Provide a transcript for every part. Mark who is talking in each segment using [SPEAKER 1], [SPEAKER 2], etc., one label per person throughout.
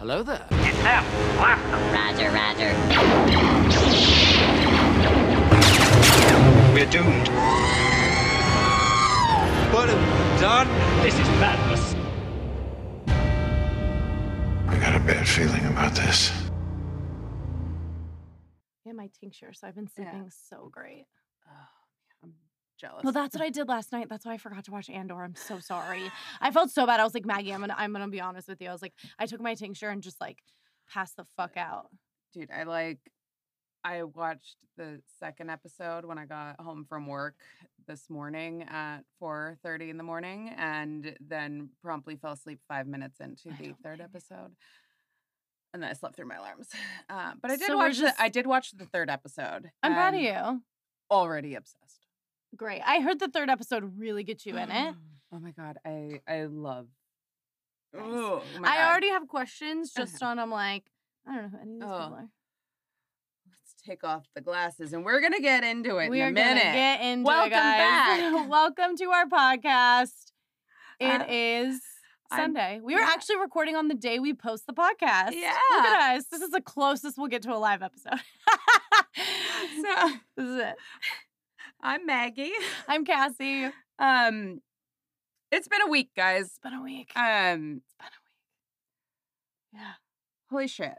[SPEAKER 1] Hello there.
[SPEAKER 2] It's them. Blast them.
[SPEAKER 3] Roger, roger.
[SPEAKER 4] We're doomed. What have we done?
[SPEAKER 2] This is madness.
[SPEAKER 5] I got a bad feeling about this.
[SPEAKER 6] and my tincture. So I've been
[SPEAKER 7] Yeah.
[SPEAKER 6] sleeping so great.
[SPEAKER 7] Oh, I'm jealous.
[SPEAKER 6] Well, that's what I did last night. That's why I forgot to watch Andor. I'm so sorry. I felt so bad. I was like, Maggie, I'm gonna, I'm gonna be honest with you. I was like, I took my tincture and just like passed the fuck out.
[SPEAKER 7] dude. I like. I watched the second episode when I got home from work this morning at 4:30 in the morning, and then promptly fell asleep five minutes into the
[SPEAKER 6] I don't blame
[SPEAKER 7] third
[SPEAKER 6] you.
[SPEAKER 7] episode. And then I slept through my alarms, uh, but I did
[SPEAKER 6] So we're
[SPEAKER 7] watch. the, I
[SPEAKER 6] just-
[SPEAKER 7] did watch um, the third episode.
[SPEAKER 6] I'm proud of
[SPEAKER 7] and
[SPEAKER 6] you.
[SPEAKER 7] Already obsessed.
[SPEAKER 6] Great. I heard the third episode really gets you in it.
[SPEAKER 7] Oh my god, I I love.
[SPEAKER 6] Nice.
[SPEAKER 7] Oh my
[SPEAKER 6] I
[SPEAKER 7] God.
[SPEAKER 6] already have questions just
[SPEAKER 7] Okay.
[SPEAKER 6] on. I'm like, I don't know who any of these
[SPEAKER 7] Oh,
[SPEAKER 6] people are.
[SPEAKER 7] Let's take off the glasses, and we're gonna get into it
[SPEAKER 6] we
[SPEAKER 7] in
[SPEAKER 6] are
[SPEAKER 7] a
[SPEAKER 6] gonna
[SPEAKER 7] minute.
[SPEAKER 6] get into
[SPEAKER 7] Welcome
[SPEAKER 6] it, guys.
[SPEAKER 7] back.
[SPEAKER 6] Welcome to our podcast.
[SPEAKER 7] Uh,
[SPEAKER 6] It is
[SPEAKER 7] I'm-
[SPEAKER 6] Sunday. We were
[SPEAKER 7] yeah.
[SPEAKER 6] actually recording on the day we post the podcast. Look
[SPEAKER 7] Yeah.
[SPEAKER 6] at us. This is the closest we'll get to a live episode.
[SPEAKER 7] so
[SPEAKER 6] this is it.
[SPEAKER 7] I'm Maggie.
[SPEAKER 6] I'm Cassie. It's
[SPEAKER 7] Um, it's been a week, guys.
[SPEAKER 6] been a week.
[SPEAKER 7] Um,
[SPEAKER 6] it's been a week. Yeah.
[SPEAKER 7] holy shit.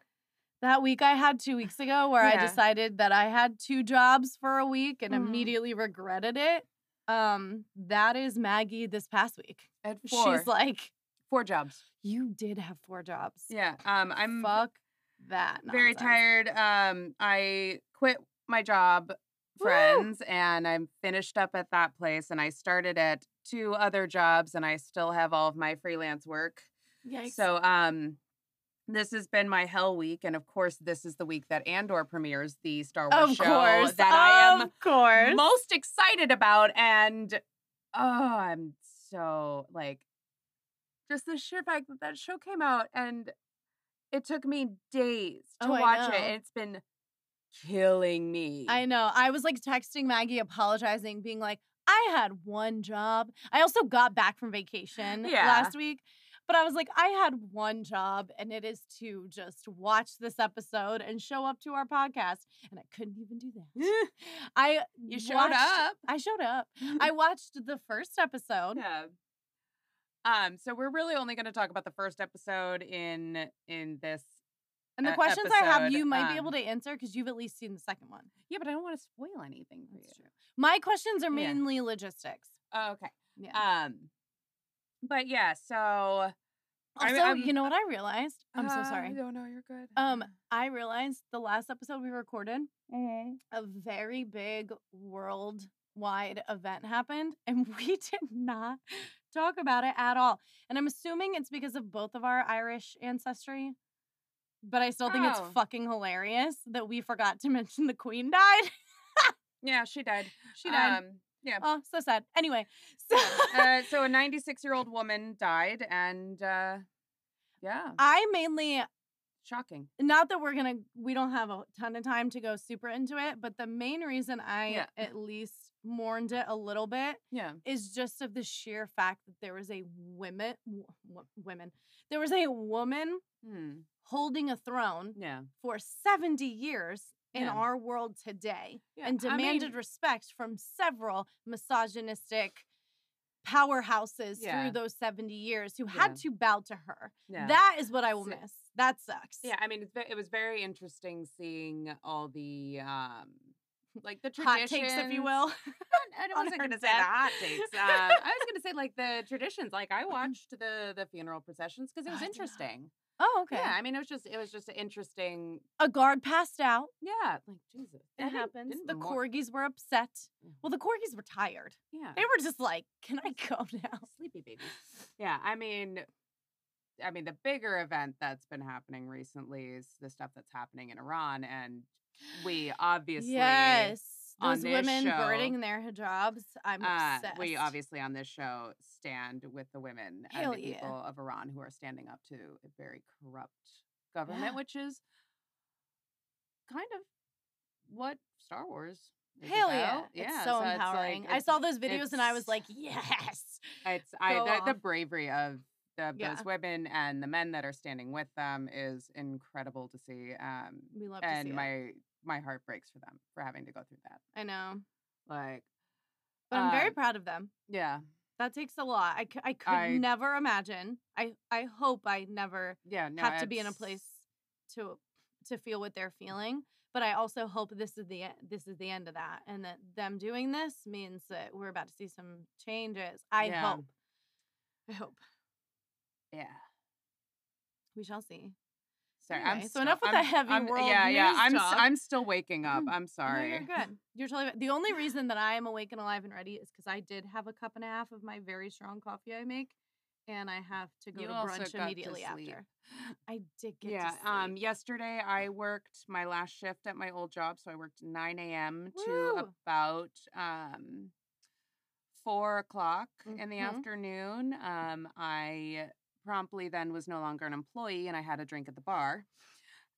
[SPEAKER 6] That week I had two weeks ago where I
[SPEAKER 7] Yeah.
[SPEAKER 6] decided that I had two jobs for a week and
[SPEAKER 7] Mhm.
[SPEAKER 6] immediately regretted it. Um, that is Maggie this past week.
[SPEAKER 7] At four,
[SPEAKER 6] She's like,
[SPEAKER 7] four jobs.
[SPEAKER 6] You did have four jobs.
[SPEAKER 7] Yeah. Um, I'm
[SPEAKER 6] fuck that.
[SPEAKER 7] very
[SPEAKER 6] nonsense.
[SPEAKER 7] tired. Um, I quit my job,
[SPEAKER 6] Woo!
[SPEAKER 7] friends, and I'm finished up at that place. And I started at two other jobs, and I still have all of my freelance work.
[SPEAKER 6] Yikes.
[SPEAKER 7] So, um, this has been my hell week, and of course, this is the week that Andor premieres the Star Wars
[SPEAKER 6] of
[SPEAKER 7] show
[SPEAKER 6] course,
[SPEAKER 7] that I am
[SPEAKER 6] Of course.
[SPEAKER 7] most excited about and oh i'm so like just the sheer fact that that show came out and it took me days to
[SPEAKER 6] Oh, I
[SPEAKER 7] watch
[SPEAKER 6] know.
[SPEAKER 7] it and it's been killing me
[SPEAKER 6] I know. I was like texting Maggie, apologizing, being like, I had one job. I also got back from vacation
[SPEAKER 7] Yeah.
[SPEAKER 6] last week. But I was like, I had one job, and it is to just watch this episode and show up to our podcast. And I couldn't even do that. I
[SPEAKER 7] you showed
[SPEAKER 6] watched-
[SPEAKER 7] up
[SPEAKER 6] I showed up. I watched the first episode.
[SPEAKER 7] yeah um so we're really only going to talk about the first episode in in this
[SPEAKER 6] And the
[SPEAKER 7] e-
[SPEAKER 6] questions I have,
[SPEAKER 7] episode,
[SPEAKER 6] you might be able
[SPEAKER 7] um,
[SPEAKER 6] to answer because you've at least seen the second one.
[SPEAKER 7] yeah but i don't want to spoil anything for you
[SPEAKER 6] That's true. My questions are
[SPEAKER 7] Yeah.
[SPEAKER 6] mainly logistics. Uh,
[SPEAKER 7] oh, okay
[SPEAKER 6] Yeah.
[SPEAKER 7] um but yeah so I'm-
[SPEAKER 6] also,
[SPEAKER 7] I'm- Uh,
[SPEAKER 6] you know what I realized? I'm so sorry.
[SPEAKER 7] no no you're good
[SPEAKER 6] Um, I realized the last episode we recorded, a very big worldwide event happened, and we did not talk about it at all. And I'm assuming it's because of both of our Irish ancestry. But I still think it's
[SPEAKER 7] Oh.
[SPEAKER 6] fucking hilarious that we forgot to mention the queen died.
[SPEAKER 7] Yeah, she died.
[SPEAKER 6] She died.
[SPEAKER 7] Um, yeah.
[SPEAKER 6] oh, so sad. Anyway, so
[SPEAKER 7] uh, so a 96 year old woman died, and uh, yeah,
[SPEAKER 6] I mainly
[SPEAKER 7] shocking.
[SPEAKER 6] not that we're gonna we don't have a ton of time to go super into it but the main reason i
[SPEAKER 7] Yeah.
[SPEAKER 6] at least mourned it a little bit
[SPEAKER 7] Yeah.
[SPEAKER 6] is just of the sheer fact that there was a women wo- wo- women there was a woman
[SPEAKER 7] Hmm.
[SPEAKER 6] holding a throne
[SPEAKER 7] Yeah.
[SPEAKER 6] for 70 years in
[SPEAKER 7] Mm. Yeah.
[SPEAKER 6] our world today
[SPEAKER 7] Yeah,
[SPEAKER 6] and
[SPEAKER 7] I mean-
[SPEAKER 6] demanded respect from several misogynistic powerhouses
[SPEAKER 7] Yeah.
[SPEAKER 6] through those 70 years who
[SPEAKER 7] Yeah.
[SPEAKER 6] had to bow to her
[SPEAKER 7] Yeah.
[SPEAKER 6] that is what i will
[SPEAKER 7] So-
[SPEAKER 6] miss that sucks
[SPEAKER 7] yeah. I mean, it's, ve- it was very interesting seeing all the um, like the
[SPEAKER 6] hot
[SPEAKER 7] traditions.
[SPEAKER 6] takes if you will
[SPEAKER 7] I
[SPEAKER 6] on
[SPEAKER 7] wasn't
[SPEAKER 6] her
[SPEAKER 7] going to say the
[SPEAKER 6] death.
[SPEAKER 7] hot takes. Um, I was going to say like the traditions. Like I watched the the funeral processions because it
[SPEAKER 6] Oh,
[SPEAKER 7] was
[SPEAKER 6] I did not.
[SPEAKER 7] interesting.
[SPEAKER 6] Oh, okay.
[SPEAKER 7] Yeah. I mean, it was just it was just an interesting.
[SPEAKER 6] A guard passed out.
[SPEAKER 7] Yeah. Like Jesus. They
[SPEAKER 6] It
[SPEAKER 7] didn't-
[SPEAKER 6] happens.
[SPEAKER 7] Mm-hmm. didn't
[SPEAKER 6] The
[SPEAKER 7] mour-
[SPEAKER 6] corgis were upset.
[SPEAKER 7] Yeah.
[SPEAKER 6] Well, the corgis were tired.
[SPEAKER 7] Yeah.
[SPEAKER 6] They were just like, "Can I go now?"
[SPEAKER 7] sleepy babies. Yeah, I mean, I mean, the bigger event that's been happening recently is the stuff that's happening in Iran, and we obviously,
[SPEAKER 6] yes,
[SPEAKER 7] on
[SPEAKER 6] those
[SPEAKER 7] this
[SPEAKER 6] women
[SPEAKER 7] show,
[SPEAKER 6] burning their hijabs. I'm
[SPEAKER 7] uh,
[SPEAKER 6] obsessed.
[SPEAKER 7] we obviously on this show stand with the women
[SPEAKER 6] Hell
[SPEAKER 7] and the
[SPEAKER 6] yeah.
[SPEAKER 7] people of Iran who are standing up to a very corrupt government,
[SPEAKER 6] Yeah.
[SPEAKER 7] which is kind of what Star Wars. is
[SPEAKER 6] Hell yeah!
[SPEAKER 7] about.
[SPEAKER 6] it's so,
[SPEAKER 7] like,
[SPEAKER 6] empowering. I
[SPEAKER 7] it's-
[SPEAKER 6] saw those videos and I was
[SPEAKER 7] it's-
[SPEAKER 6] like, "Yes."
[SPEAKER 7] It's I
[SPEAKER 6] Go
[SPEAKER 7] the, the
[SPEAKER 6] off.
[SPEAKER 7] bravery of of
[SPEAKER 6] Yeah.
[SPEAKER 7] those women and the men that are standing with them is incredible to see. Um,
[SPEAKER 6] We love to see
[SPEAKER 7] and
[SPEAKER 6] it.
[SPEAKER 7] my my heart breaks for them for having to go through that.
[SPEAKER 6] I know,
[SPEAKER 7] Like,
[SPEAKER 6] but I'm very
[SPEAKER 7] Um,
[SPEAKER 6] proud of them.
[SPEAKER 7] yeah,
[SPEAKER 6] That takes a lot. I, c- I could
[SPEAKER 7] I-
[SPEAKER 6] never imagine. I I hope I never
[SPEAKER 7] yeah, no,
[SPEAKER 6] have to be in a
[SPEAKER 7] it's-
[SPEAKER 6] place to to feel what they're feeling. But I also hope this is the e- this is the end of that, and that them doing this means that we're about to see some changes. I
[SPEAKER 7] Yeah.
[SPEAKER 6] hope. I hope
[SPEAKER 7] Yeah.
[SPEAKER 6] we shall see.
[SPEAKER 7] Sorry, I'm
[SPEAKER 6] Anyway, so enough with
[SPEAKER 7] I'm-
[SPEAKER 6] the heavy
[SPEAKER 7] I'm-
[SPEAKER 6] world
[SPEAKER 7] Yeah, yeah,
[SPEAKER 6] news
[SPEAKER 7] I'm s-
[SPEAKER 6] talk.
[SPEAKER 7] I'm still waking up. I'm
[SPEAKER 6] No,
[SPEAKER 7] sorry.
[SPEAKER 6] you're good. You're totally right. The only reason that I am awake and alive and ready is because I did have a cup and a half of my very strong coffee I make, and I have to go
[SPEAKER 7] You
[SPEAKER 6] to
[SPEAKER 7] also
[SPEAKER 6] brunch
[SPEAKER 7] got to
[SPEAKER 6] immediately
[SPEAKER 7] sleep.
[SPEAKER 6] after. I did get
[SPEAKER 7] yeah.
[SPEAKER 6] to sleep.
[SPEAKER 7] Um. Yesterday, I worked my last shift at my old job, so I worked 9 a.m. to
[SPEAKER 6] Woo!
[SPEAKER 7] about um four o'clock in the
[SPEAKER 6] Mhm.
[SPEAKER 7] afternoon. Um. I promptly then was no longer an employee, and I had a drink at the bar.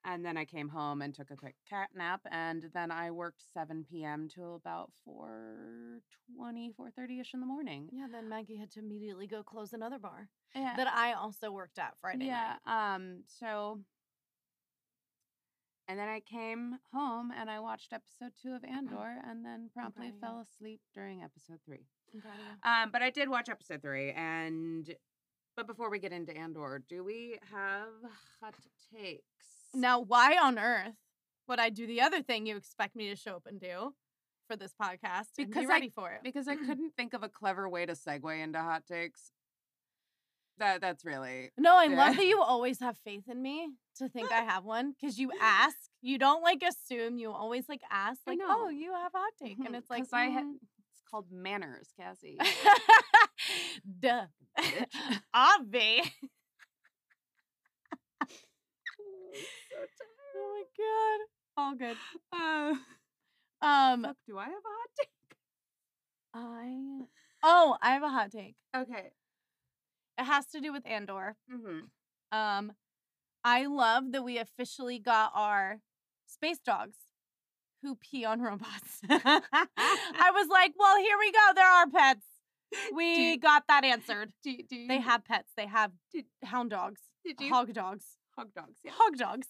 [SPEAKER 7] And then I came home and took a quick cat nap, and then I worked 7 p.m. till about 4:20, 4:30 ish in the morning.
[SPEAKER 6] yeah, then Maggie had to immediately go close another bar
[SPEAKER 7] Yeah.
[SPEAKER 6] that I also worked at Friday
[SPEAKER 7] yeah
[SPEAKER 6] night.
[SPEAKER 7] um so and then i came home and i watched episode two of andor and then promptly
[SPEAKER 6] of you.
[SPEAKER 7] fell asleep during episode three
[SPEAKER 6] I'm proud of you.
[SPEAKER 7] um but i did watch episode three and but before we get into andor do we have hot takes
[SPEAKER 6] Now, why on earth would I do the other thing you expect me to show up and do for this podcast? and be
[SPEAKER 7] Because I-
[SPEAKER 6] ready for it.
[SPEAKER 7] because i couldn't think of a clever way to segue into hot takes that that's really
[SPEAKER 6] No, I
[SPEAKER 7] Yeah.
[SPEAKER 6] love that you always have faith in me to think I have one because you ask. You don't like assume. You always like ask,
[SPEAKER 7] I
[SPEAKER 6] like, oh,
[SPEAKER 7] know.
[SPEAKER 6] you have a hot take. And
[SPEAKER 7] Mhm,
[SPEAKER 6] it's like,
[SPEAKER 7] 'cause i had
[SPEAKER 6] mm,
[SPEAKER 7] it's called manners cassie
[SPEAKER 6] duh.
[SPEAKER 7] bitch.
[SPEAKER 6] Obvi. oh my God. All good.
[SPEAKER 7] Uh,
[SPEAKER 6] Um,
[SPEAKER 7] fuck, do I have a
[SPEAKER 6] I. Oh, I have a hot take.
[SPEAKER 7] hot take? Okay.
[SPEAKER 6] It has to do with Andor.
[SPEAKER 7] Mm-hmm.
[SPEAKER 6] Um, I love that we officially got our space dogs who pee on robots. I was like, well, here we go. They're our pets. We
[SPEAKER 7] you-
[SPEAKER 6] got that answered.
[SPEAKER 7] Do, you- do you,
[SPEAKER 6] They have pets. They have
[SPEAKER 7] Did-
[SPEAKER 6] hound dogs,
[SPEAKER 7] did you, hog,
[SPEAKER 6] hog dogs,
[SPEAKER 7] dogs. Yeah.
[SPEAKER 6] hog dogs.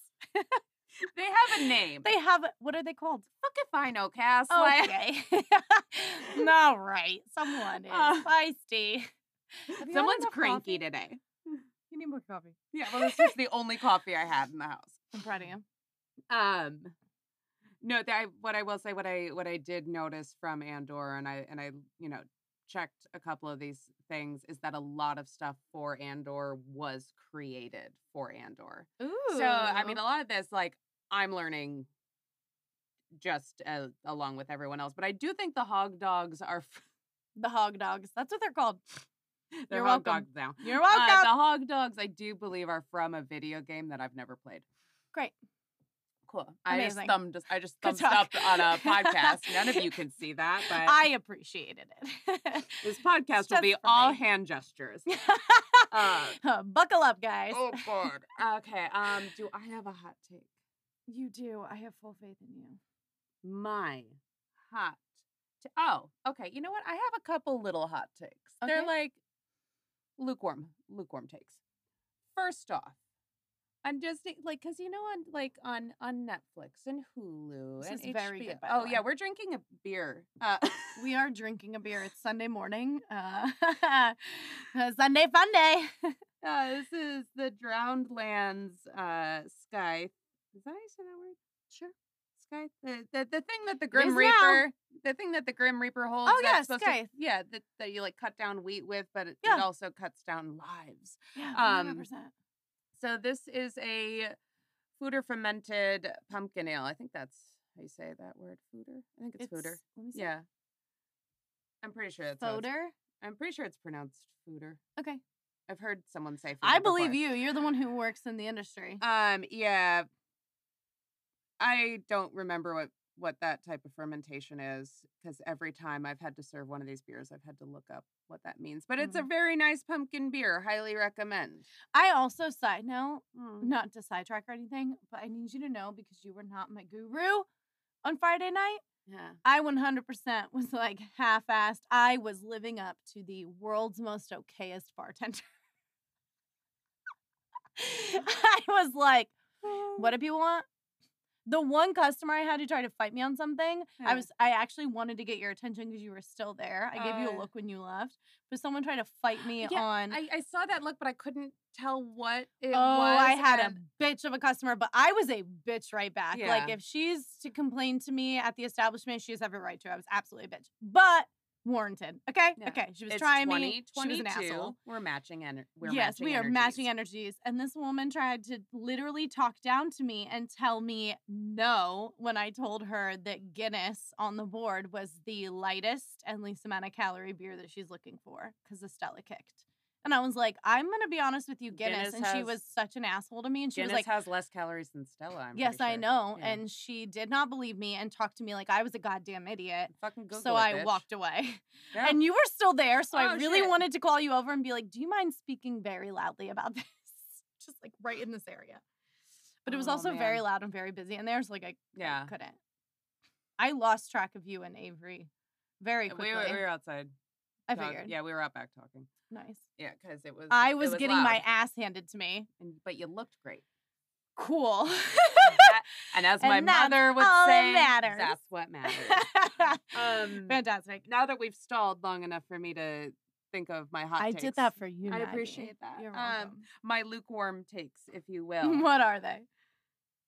[SPEAKER 7] They have a name.
[SPEAKER 6] They have what are they called?
[SPEAKER 7] fuck if I know, Cass. like-
[SPEAKER 6] Oh, Okay. All right. Someone is
[SPEAKER 7] Uh,
[SPEAKER 6] feisty. Have you had
[SPEAKER 7] someone's
[SPEAKER 6] enough
[SPEAKER 7] cranky
[SPEAKER 6] coffee?
[SPEAKER 7] today.
[SPEAKER 6] You need more coffee.
[SPEAKER 7] Yeah, well, this is the only coffee I had in the house.
[SPEAKER 6] I'm proud of you.
[SPEAKER 7] Um, no, that I, what I will say, what I what I did notice from Andor, and I and I you know checked a couple of these things, is that a lot of stuff for Andor was created for Andor.
[SPEAKER 6] Ooh.
[SPEAKER 7] So I mean, a lot of this, like I'm learning just uh, along with everyone else, but I do think the hog dogs are. f-
[SPEAKER 6] the hog dogs. That's what they're called.
[SPEAKER 7] They're
[SPEAKER 6] You're
[SPEAKER 7] hog
[SPEAKER 6] welcome.
[SPEAKER 7] dogs now.
[SPEAKER 6] You're
[SPEAKER 7] Uh,
[SPEAKER 6] welcome.
[SPEAKER 7] the hog dogs, I do believe, are from a video game that I've never played.
[SPEAKER 6] Great.
[SPEAKER 7] Cool. I
[SPEAKER 6] Amazing.
[SPEAKER 7] just thumbed. I just
[SPEAKER 6] Good
[SPEAKER 7] thumbs
[SPEAKER 6] talk.
[SPEAKER 7] up on a podcast. None of you can see that, but
[SPEAKER 6] I appreciated it.
[SPEAKER 7] this podcast will
[SPEAKER 6] just
[SPEAKER 7] be
[SPEAKER 6] for
[SPEAKER 7] all
[SPEAKER 6] me.
[SPEAKER 7] hand gestures.
[SPEAKER 6] Uh, Buckle up, guys.
[SPEAKER 7] oh God. okay. Um. Do I have a hot take?
[SPEAKER 6] You do. I have full faith in you.
[SPEAKER 7] my hot. T- oh, okay. You know what? I have a couple little hot takes. They're
[SPEAKER 6] Okay.
[SPEAKER 7] like lukewarm, lukewarm takes. First off, I'm just think- like because you know on like on on Netflix and Hulu
[SPEAKER 6] This
[SPEAKER 7] and
[SPEAKER 6] is very good,
[SPEAKER 7] HBO
[SPEAKER 6] by the
[SPEAKER 7] oh yeah,
[SPEAKER 6] way.
[SPEAKER 7] we're drinking a beer. Uh,
[SPEAKER 6] We are drinking a beer. It's Sunday morning. Uh, Sunday fun day.
[SPEAKER 7] uh, this is the Drowned Lands uh, Sky. Is that how you say that word?
[SPEAKER 6] Sure.
[SPEAKER 7] Sky, the, the the thing that the Grim
[SPEAKER 6] is now. Oh,
[SPEAKER 7] Reaper, the thing that the Grim Reaper holds. that's
[SPEAKER 6] yeah,
[SPEAKER 7] supposed
[SPEAKER 6] Scythe.
[SPEAKER 7] To, yeah, that, that you like cut down wheat with, but it,
[SPEAKER 6] Yeah.
[SPEAKER 7] it also cuts down lives.
[SPEAKER 6] Yeah,
[SPEAKER 7] Um,
[SPEAKER 6] 100%.
[SPEAKER 7] So this is a fooder fermented pumpkin ale. I think that's how you say that word. Fooder. I think it's, fooder.
[SPEAKER 6] Let me see.
[SPEAKER 7] Yeah. I'm pretty sure it's. how it's-
[SPEAKER 6] Fodor.
[SPEAKER 7] I'm pretty sure it's pronounced fooder.
[SPEAKER 6] Okay.
[SPEAKER 7] I've heard someone say. Fooder
[SPEAKER 6] I believe
[SPEAKER 7] before.
[SPEAKER 6] you. You're the one who works in the industry.
[SPEAKER 7] Um. Yeah. I don't remember what what that type of fermentation is because every time I've had to serve one of these beers, I've had to look up what that means. But
[SPEAKER 6] Mm-hmm.
[SPEAKER 7] it's a very nice pumpkin beer. Highly recommend.
[SPEAKER 6] I also, side note,
[SPEAKER 7] Mm.
[SPEAKER 6] not to sidetrack or anything, but I need you to know because you were not my guru on Friday night.
[SPEAKER 7] Yeah.
[SPEAKER 6] I 100% was like half assed. I was living up to the world's most okayest bartender. I was like,
[SPEAKER 7] Ah.
[SPEAKER 6] what do people want? The one customer I had who tried to fight me on something, I
[SPEAKER 7] Yeah.
[SPEAKER 6] was I actually wanted to get your attention because you were still there. I gave you a
[SPEAKER 7] Uh,
[SPEAKER 6] look when you left, but someone tried to fight me
[SPEAKER 7] Yeah,
[SPEAKER 6] on.
[SPEAKER 7] I, I saw that look, but I couldn't tell what it was.
[SPEAKER 6] oh, I had
[SPEAKER 7] and-
[SPEAKER 6] a bitch of a customer, but I was a bitch right back. Like
[SPEAKER 7] Yeah.
[SPEAKER 6] if she's to complain to me at the establishment, she has every right to. I was absolutely a bitch, but warranted. Okay,
[SPEAKER 7] Yeah.
[SPEAKER 6] okay. She was
[SPEAKER 7] It's
[SPEAKER 6] trying me. She was an
[SPEAKER 7] 2022.
[SPEAKER 6] asshole.
[SPEAKER 7] We're matching and we're
[SPEAKER 6] yes,
[SPEAKER 7] matching
[SPEAKER 6] we are matching
[SPEAKER 7] energies.
[SPEAKER 6] energies. And this woman tried to literally talk down to me and tell me no when I told her that Guinness on the board was the lightest and least amount of calorie beer that she's looking for because Estella kicked. And I was like, I'm going to be honest with you, Guinness.
[SPEAKER 7] Guinness
[SPEAKER 6] and she
[SPEAKER 7] has-
[SPEAKER 6] was such an asshole to me. And she
[SPEAKER 7] Guinness
[SPEAKER 6] was like,
[SPEAKER 7] has less calories than Stella. I'm
[SPEAKER 6] Yes,
[SPEAKER 7] pretty
[SPEAKER 6] I
[SPEAKER 7] sure.
[SPEAKER 6] know.
[SPEAKER 7] Yeah.
[SPEAKER 6] And she did not believe me and talked to me like I was a goddamn idiot.
[SPEAKER 7] fucking Google
[SPEAKER 6] so
[SPEAKER 7] it,
[SPEAKER 6] I
[SPEAKER 7] bitch.
[SPEAKER 6] walked away.
[SPEAKER 7] Yeah.
[SPEAKER 6] And you were still there, so I
[SPEAKER 7] Oh,
[SPEAKER 6] really
[SPEAKER 7] shit.
[SPEAKER 6] wanted to call you over and be like, "Do you mind speaking very loudly about this?" Just like right in this area. But it was
[SPEAKER 7] Oh,
[SPEAKER 6] also very
[SPEAKER 7] man.
[SPEAKER 6] loud and very busy in there, so like I, I
[SPEAKER 7] Yeah.
[SPEAKER 6] couldn't. I lost track of you and Avery very quickly.
[SPEAKER 7] Uh, We were, we were outside.
[SPEAKER 6] I
[SPEAKER 7] talk-
[SPEAKER 6] figured.
[SPEAKER 7] Yeah, we were out back talking.
[SPEAKER 6] Nice.
[SPEAKER 7] Yeah, because it was.
[SPEAKER 6] I
[SPEAKER 7] it
[SPEAKER 6] was, getting my
[SPEAKER 7] loud,
[SPEAKER 6] ass handed to me.
[SPEAKER 7] and, but you looked great.
[SPEAKER 6] Cool.
[SPEAKER 7] That- and as my
[SPEAKER 6] And that's
[SPEAKER 7] mother would
[SPEAKER 6] all that
[SPEAKER 7] say,
[SPEAKER 6] matters.
[SPEAKER 7] that's what matters. Um,
[SPEAKER 6] Fantastic.
[SPEAKER 7] now that we've stalled long enough for me to think of my hot
[SPEAKER 6] I
[SPEAKER 7] takes,
[SPEAKER 6] did that for you.
[SPEAKER 7] I
[SPEAKER 6] Maggie.
[SPEAKER 7] appreciate that.
[SPEAKER 6] You're
[SPEAKER 7] Um,
[SPEAKER 6] welcome.
[SPEAKER 7] my lukewarm takes, if you will.
[SPEAKER 6] what are they?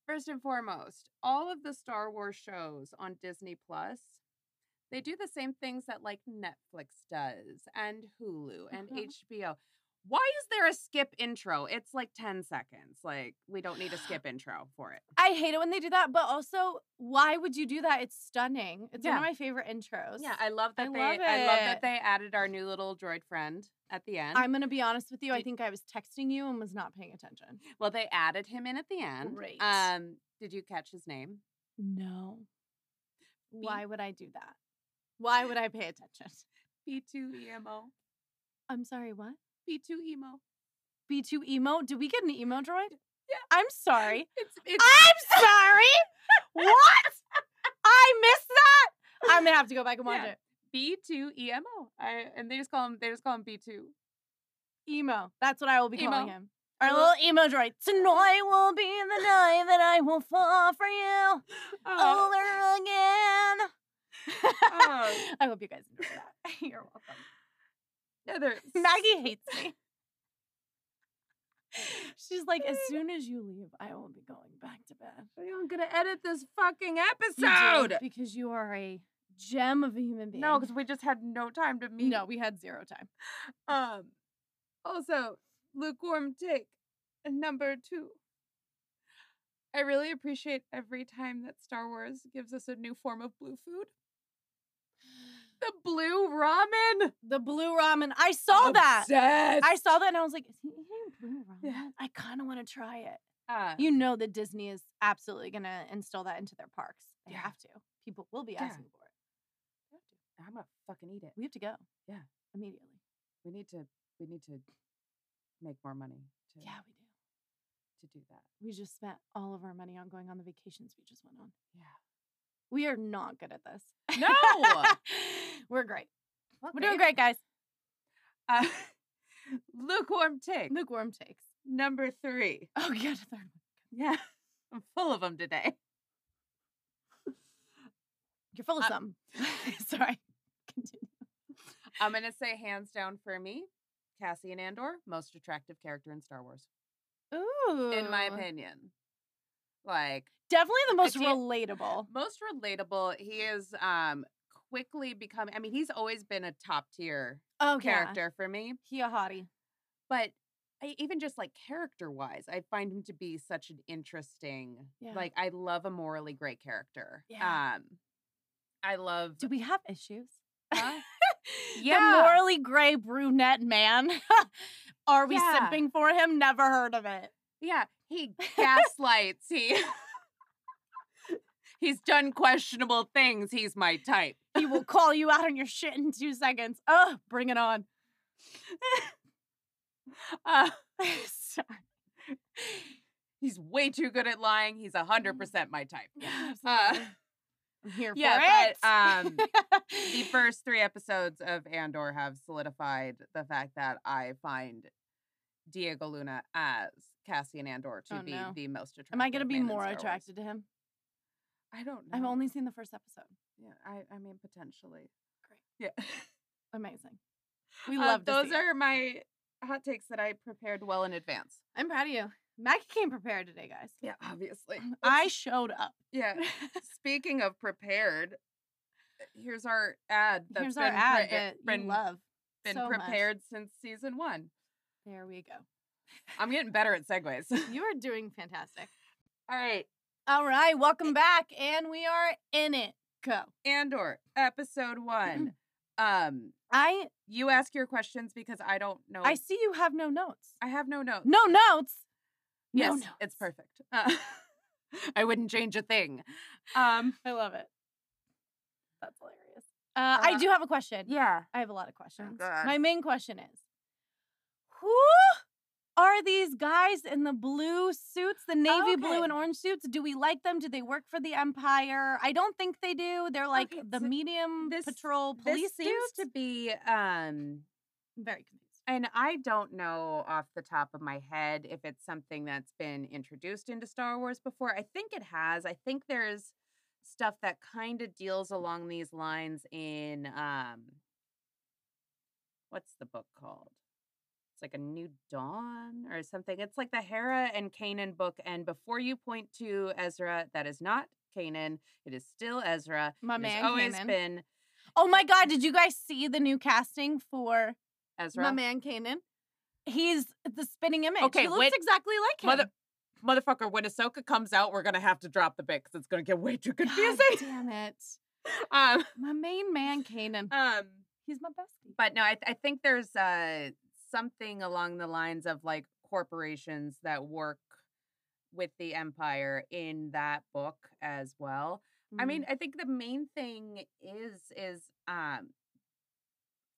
[SPEAKER 7] First and foremost, all of the Star Wars shows on Disney Plus, they do the same things that like Netflix does and Hulu and
[SPEAKER 6] Mhm.
[SPEAKER 7] HBO. Why is there a skip intro? It's like 10 seconds. Like we don't need a skip intro for it.
[SPEAKER 6] I hate it when they do that, but also, why would you do that? It's stunning. It's one
[SPEAKER 7] Yeah.
[SPEAKER 6] of my favorite intros.
[SPEAKER 7] Yeah, I love
[SPEAKER 6] I
[SPEAKER 7] that they
[SPEAKER 6] love
[SPEAKER 7] I love that
[SPEAKER 6] it.
[SPEAKER 7] they added our new little droid friend at the end.
[SPEAKER 6] I'm gonna be honest with you. I
[SPEAKER 7] Did-
[SPEAKER 6] think I was texting you and was not paying attention.
[SPEAKER 7] well, they added him in at the end.
[SPEAKER 6] Great.
[SPEAKER 7] Um did you catch his name?
[SPEAKER 6] No. Why would I do that? Why would I pay attention?
[SPEAKER 7] B2 emo.
[SPEAKER 6] I'm sorry. What?
[SPEAKER 7] B2 emo.
[SPEAKER 6] B2 emo? Did we get an emo droid?
[SPEAKER 7] Yeah.
[SPEAKER 6] I'm sorry.
[SPEAKER 7] It's it's
[SPEAKER 6] I'm sorry. what? I missed that. I'm gonna have to go back and watch
[SPEAKER 7] Yeah.
[SPEAKER 6] it.
[SPEAKER 7] B two emo. I and they just call him they just call him B two.
[SPEAKER 6] Emo. Mm-hmm. That's what I will be calling
[SPEAKER 7] Emo.
[SPEAKER 6] him. Our
[SPEAKER 7] Emo.
[SPEAKER 6] little emo droid. Tonight will be the night that I will fall for you Oh. over again.
[SPEAKER 7] Uh, Oh.
[SPEAKER 6] I hope you guys enjoy that. You're welcome.
[SPEAKER 7] Another
[SPEAKER 6] Maggie hates me. She's like, as soon as you leave, I will be going back to bed.
[SPEAKER 7] I'm gonna edit this fucking
[SPEAKER 6] You do,
[SPEAKER 7] episode.
[SPEAKER 6] because you are a gem of a human being.
[SPEAKER 7] No, because we just had no time to meet.
[SPEAKER 6] no, we had zero time.
[SPEAKER 7] Um. Also, lukewarm take number two. I really appreciate every time that Star Wars gives us a new form of blue food. The blue ramen.
[SPEAKER 6] The blue ramen. I saw that. I
[SPEAKER 7] Obsessed.
[SPEAKER 6] saw that and I was like, is he eating blue ramen?
[SPEAKER 7] Yeah.
[SPEAKER 6] I kind of want to try it.
[SPEAKER 7] Uh,
[SPEAKER 6] You know that Disney is absolutely going to instill that into their parks. They
[SPEAKER 7] Yeah.
[SPEAKER 6] have to. People will be
[SPEAKER 7] Yeah.
[SPEAKER 6] asking for it.
[SPEAKER 7] I'm gonna fucking eat it.
[SPEAKER 6] We have to go.
[SPEAKER 7] Yeah.
[SPEAKER 6] Immediately.
[SPEAKER 7] we need to we need to make more money to
[SPEAKER 6] Yeah, we do.
[SPEAKER 7] to do that.
[SPEAKER 6] We just spent all of our money on going on the vacations we just went on.
[SPEAKER 7] Yeah.
[SPEAKER 6] We are not good at this.
[SPEAKER 7] No!
[SPEAKER 6] We're great.
[SPEAKER 7] Well,
[SPEAKER 6] We're doing
[SPEAKER 7] babe,
[SPEAKER 6] great, guys.
[SPEAKER 7] Uh, lukewarm take
[SPEAKER 6] Lukewarm takes.
[SPEAKER 7] number three.
[SPEAKER 6] Oh, yeah, the third one.
[SPEAKER 7] Yeah, I'm full of them today.
[SPEAKER 6] You're full of
[SPEAKER 7] Uh,
[SPEAKER 6] something. Sorry. Continue.
[SPEAKER 7] I'm gonna say hands down for me, Cassian Andor, most attractive character in Star Wars,
[SPEAKER 6] Ooh.
[SPEAKER 7] in my opinion. Like
[SPEAKER 6] Definitely the most
[SPEAKER 7] Continue.
[SPEAKER 6] relatable.
[SPEAKER 7] most relatable, he is um quickly becoming. I mean, he's always been a top tier
[SPEAKER 6] Oh,
[SPEAKER 7] character for me.
[SPEAKER 6] Yeah. He a hottie.
[SPEAKER 7] but I, even just like character wise, I find him to be such an interesting.
[SPEAKER 6] Yeah.
[SPEAKER 7] Like I love a morally great character.
[SPEAKER 6] Yeah.
[SPEAKER 7] Um, I love.
[SPEAKER 6] Do we have issues?
[SPEAKER 7] Huh?
[SPEAKER 6] The
[SPEAKER 7] Yeah.
[SPEAKER 6] morally gray brunette man. Are we
[SPEAKER 7] Yeah.
[SPEAKER 6] simping for him? Never heard of it.
[SPEAKER 7] yeah, he gaslights. He. He's done questionable things. He's my type.
[SPEAKER 6] He will call you out on your shit in two seconds. Oh, bring it on.
[SPEAKER 7] Uh,
[SPEAKER 6] Sorry.
[SPEAKER 7] he's way too good at lying. He's hundred percent my type.
[SPEAKER 6] Mm.
[SPEAKER 7] Uh,
[SPEAKER 6] absolutely. I'm here
[SPEAKER 7] yeah,
[SPEAKER 6] for
[SPEAKER 7] but, um,
[SPEAKER 6] it.
[SPEAKER 7] the first three episodes of Andor have solidified the fact that I find Diego Luna as Cassian Andor to
[SPEAKER 6] Oh,
[SPEAKER 7] be
[SPEAKER 6] no.
[SPEAKER 7] the most attractive.
[SPEAKER 6] Am I gonna be
[SPEAKER 7] man in
[SPEAKER 6] more
[SPEAKER 7] Star Wars.
[SPEAKER 6] attracted to him?
[SPEAKER 7] I don't know.
[SPEAKER 6] I've only seen the first episode.
[SPEAKER 7] Yeah, I, I mean, potentially.
[SPEAKER 6] Great.
[SPEAKER 7] Yeah.
[SPEAKER 6] Amazing. We
[SPEAKER 7] Uh,
[SPEAKER 6] love to
[SPEAKER 7] those
[SPEAKER 6] see it.
[SPEAKER 7] are my hot takes that I prepared well in advance.
[SPEAKER 6] I'm proud of you. Maggie came prepared today, guys.
[SPEAKER 7] Yeah, obviously.
[SPEAKER 6] I showed up.
[SPEAKER 7] yeah. Speaking of prepared, eh, here's our ad. that's
[SPEAKER 6] Here's our
[SPEAKER 7] been
[SPEAKER 6] ad
[SPEAKER 7] pre- eh,
[SPEAKER 6] that
[SPEAKER 7] been,
[SPEAKER 6] you love.
[SPEAKER 7] been
[SPEAKER 6] so much.
[SPEAKER 7] prepared since season one.
[SPEAKER 6] There we go.
[SPEAKER 7] I'm getting better at segues.
[SPEAKER 6] You are doing fantastic.
[SPEAKER 7] All right,
[SPEAKER 6] All right, welcome back, and we are in it. Go.
[SPEAKER 7] Andor episode one. um,
[SPEAKER 6] I
[SPEAKER 7] you ask your questions because I don't know.
[SPEAKER 6] I see you have no notes.
[SPEAKER 7] I have no notes.
[SPEAKER 6] No notes.
[SPEAKER 7] yes,
[SPEAKER 6] no notes.
[SPEAKER 7] it's perfect. Uh, I wouldn't change a thing. Um,
[SPEAKER 6] I love it. That's hilarious. Uh, I
[SPEAKER 7] Uh,
[SPEAKER 6] do have a question.
[SPEAKER 7] yeah.
[SPEAKER 6] I have a lot of questions.
[SPEAKER 7] God.
[SPEAKER 6] My main question is who are these guys in the blue suits, the navy blue and
[SPEAKER 7] Okay.
[SPEAKER 6] orange suits? Do we like them? Do they work for the Empire? I don't think they do. They're like
[SPEAKER 7] Okay,
[SPEAKER 6] the
[SPEAKER 7] so
[SPEAKER 6] medium
[SPEAKER 7] this-
[SPEAKER 6] patrol police
[SPEAKER 7] this seems to
[SPEAKER 6] dudes.
[SPEAKER 7] be um
[SPEAKER 6] I'm very confused.
[SPEAKER 7] and i don't know off the top of my head if it's something that's been introduced into star wars before i think it has i think there's stuff that kind of deals along these lines in um what's the book called it's like a new dawn or something it's like the hera and kanan book and before you point to ezra that is not kanan it is still ezra
[SPEAKER 6] My
[SPEAKER 7] It has
[SPEAKER 6] man
[SPEAKER 7] always
[SPEAKER 6] Kanan.
[SPEAKER 7] been
[SPEAKER 6] Oh my god, did you guys see the new casting for
[SPEAKER 7] ezra
[SPEAKER 6] my man Kanan? He's the spinning image.
[SPEAKER 7] Okay,
[SPEAKER 6] he looks
[SPEAKER 7] wait-
[SPEAKER 6] exactly like him.
[SPEAKER 7] Mother, motherfucker, when Ahsoka comes out, we're gonna have to drop the bit because it's gonna get way too
[SPEAKER 6] God
[SPEAKER 7] confusing.
[SPEAKER 6] damn it.
[SPEAKER 7] um,
[SPEAKER 6] My main man Kanan.
[SPEAKER 7] um,
[SPEAKER 6] He's my bestie.
[SPEAKER 7] but no, I, I think there's uh something along the lines of like corporations that work with the Empire in that book as well.
[SPEAKER 6] Mm-hmm.
[SPEAKER 7] I mean, I think the main thing is is um,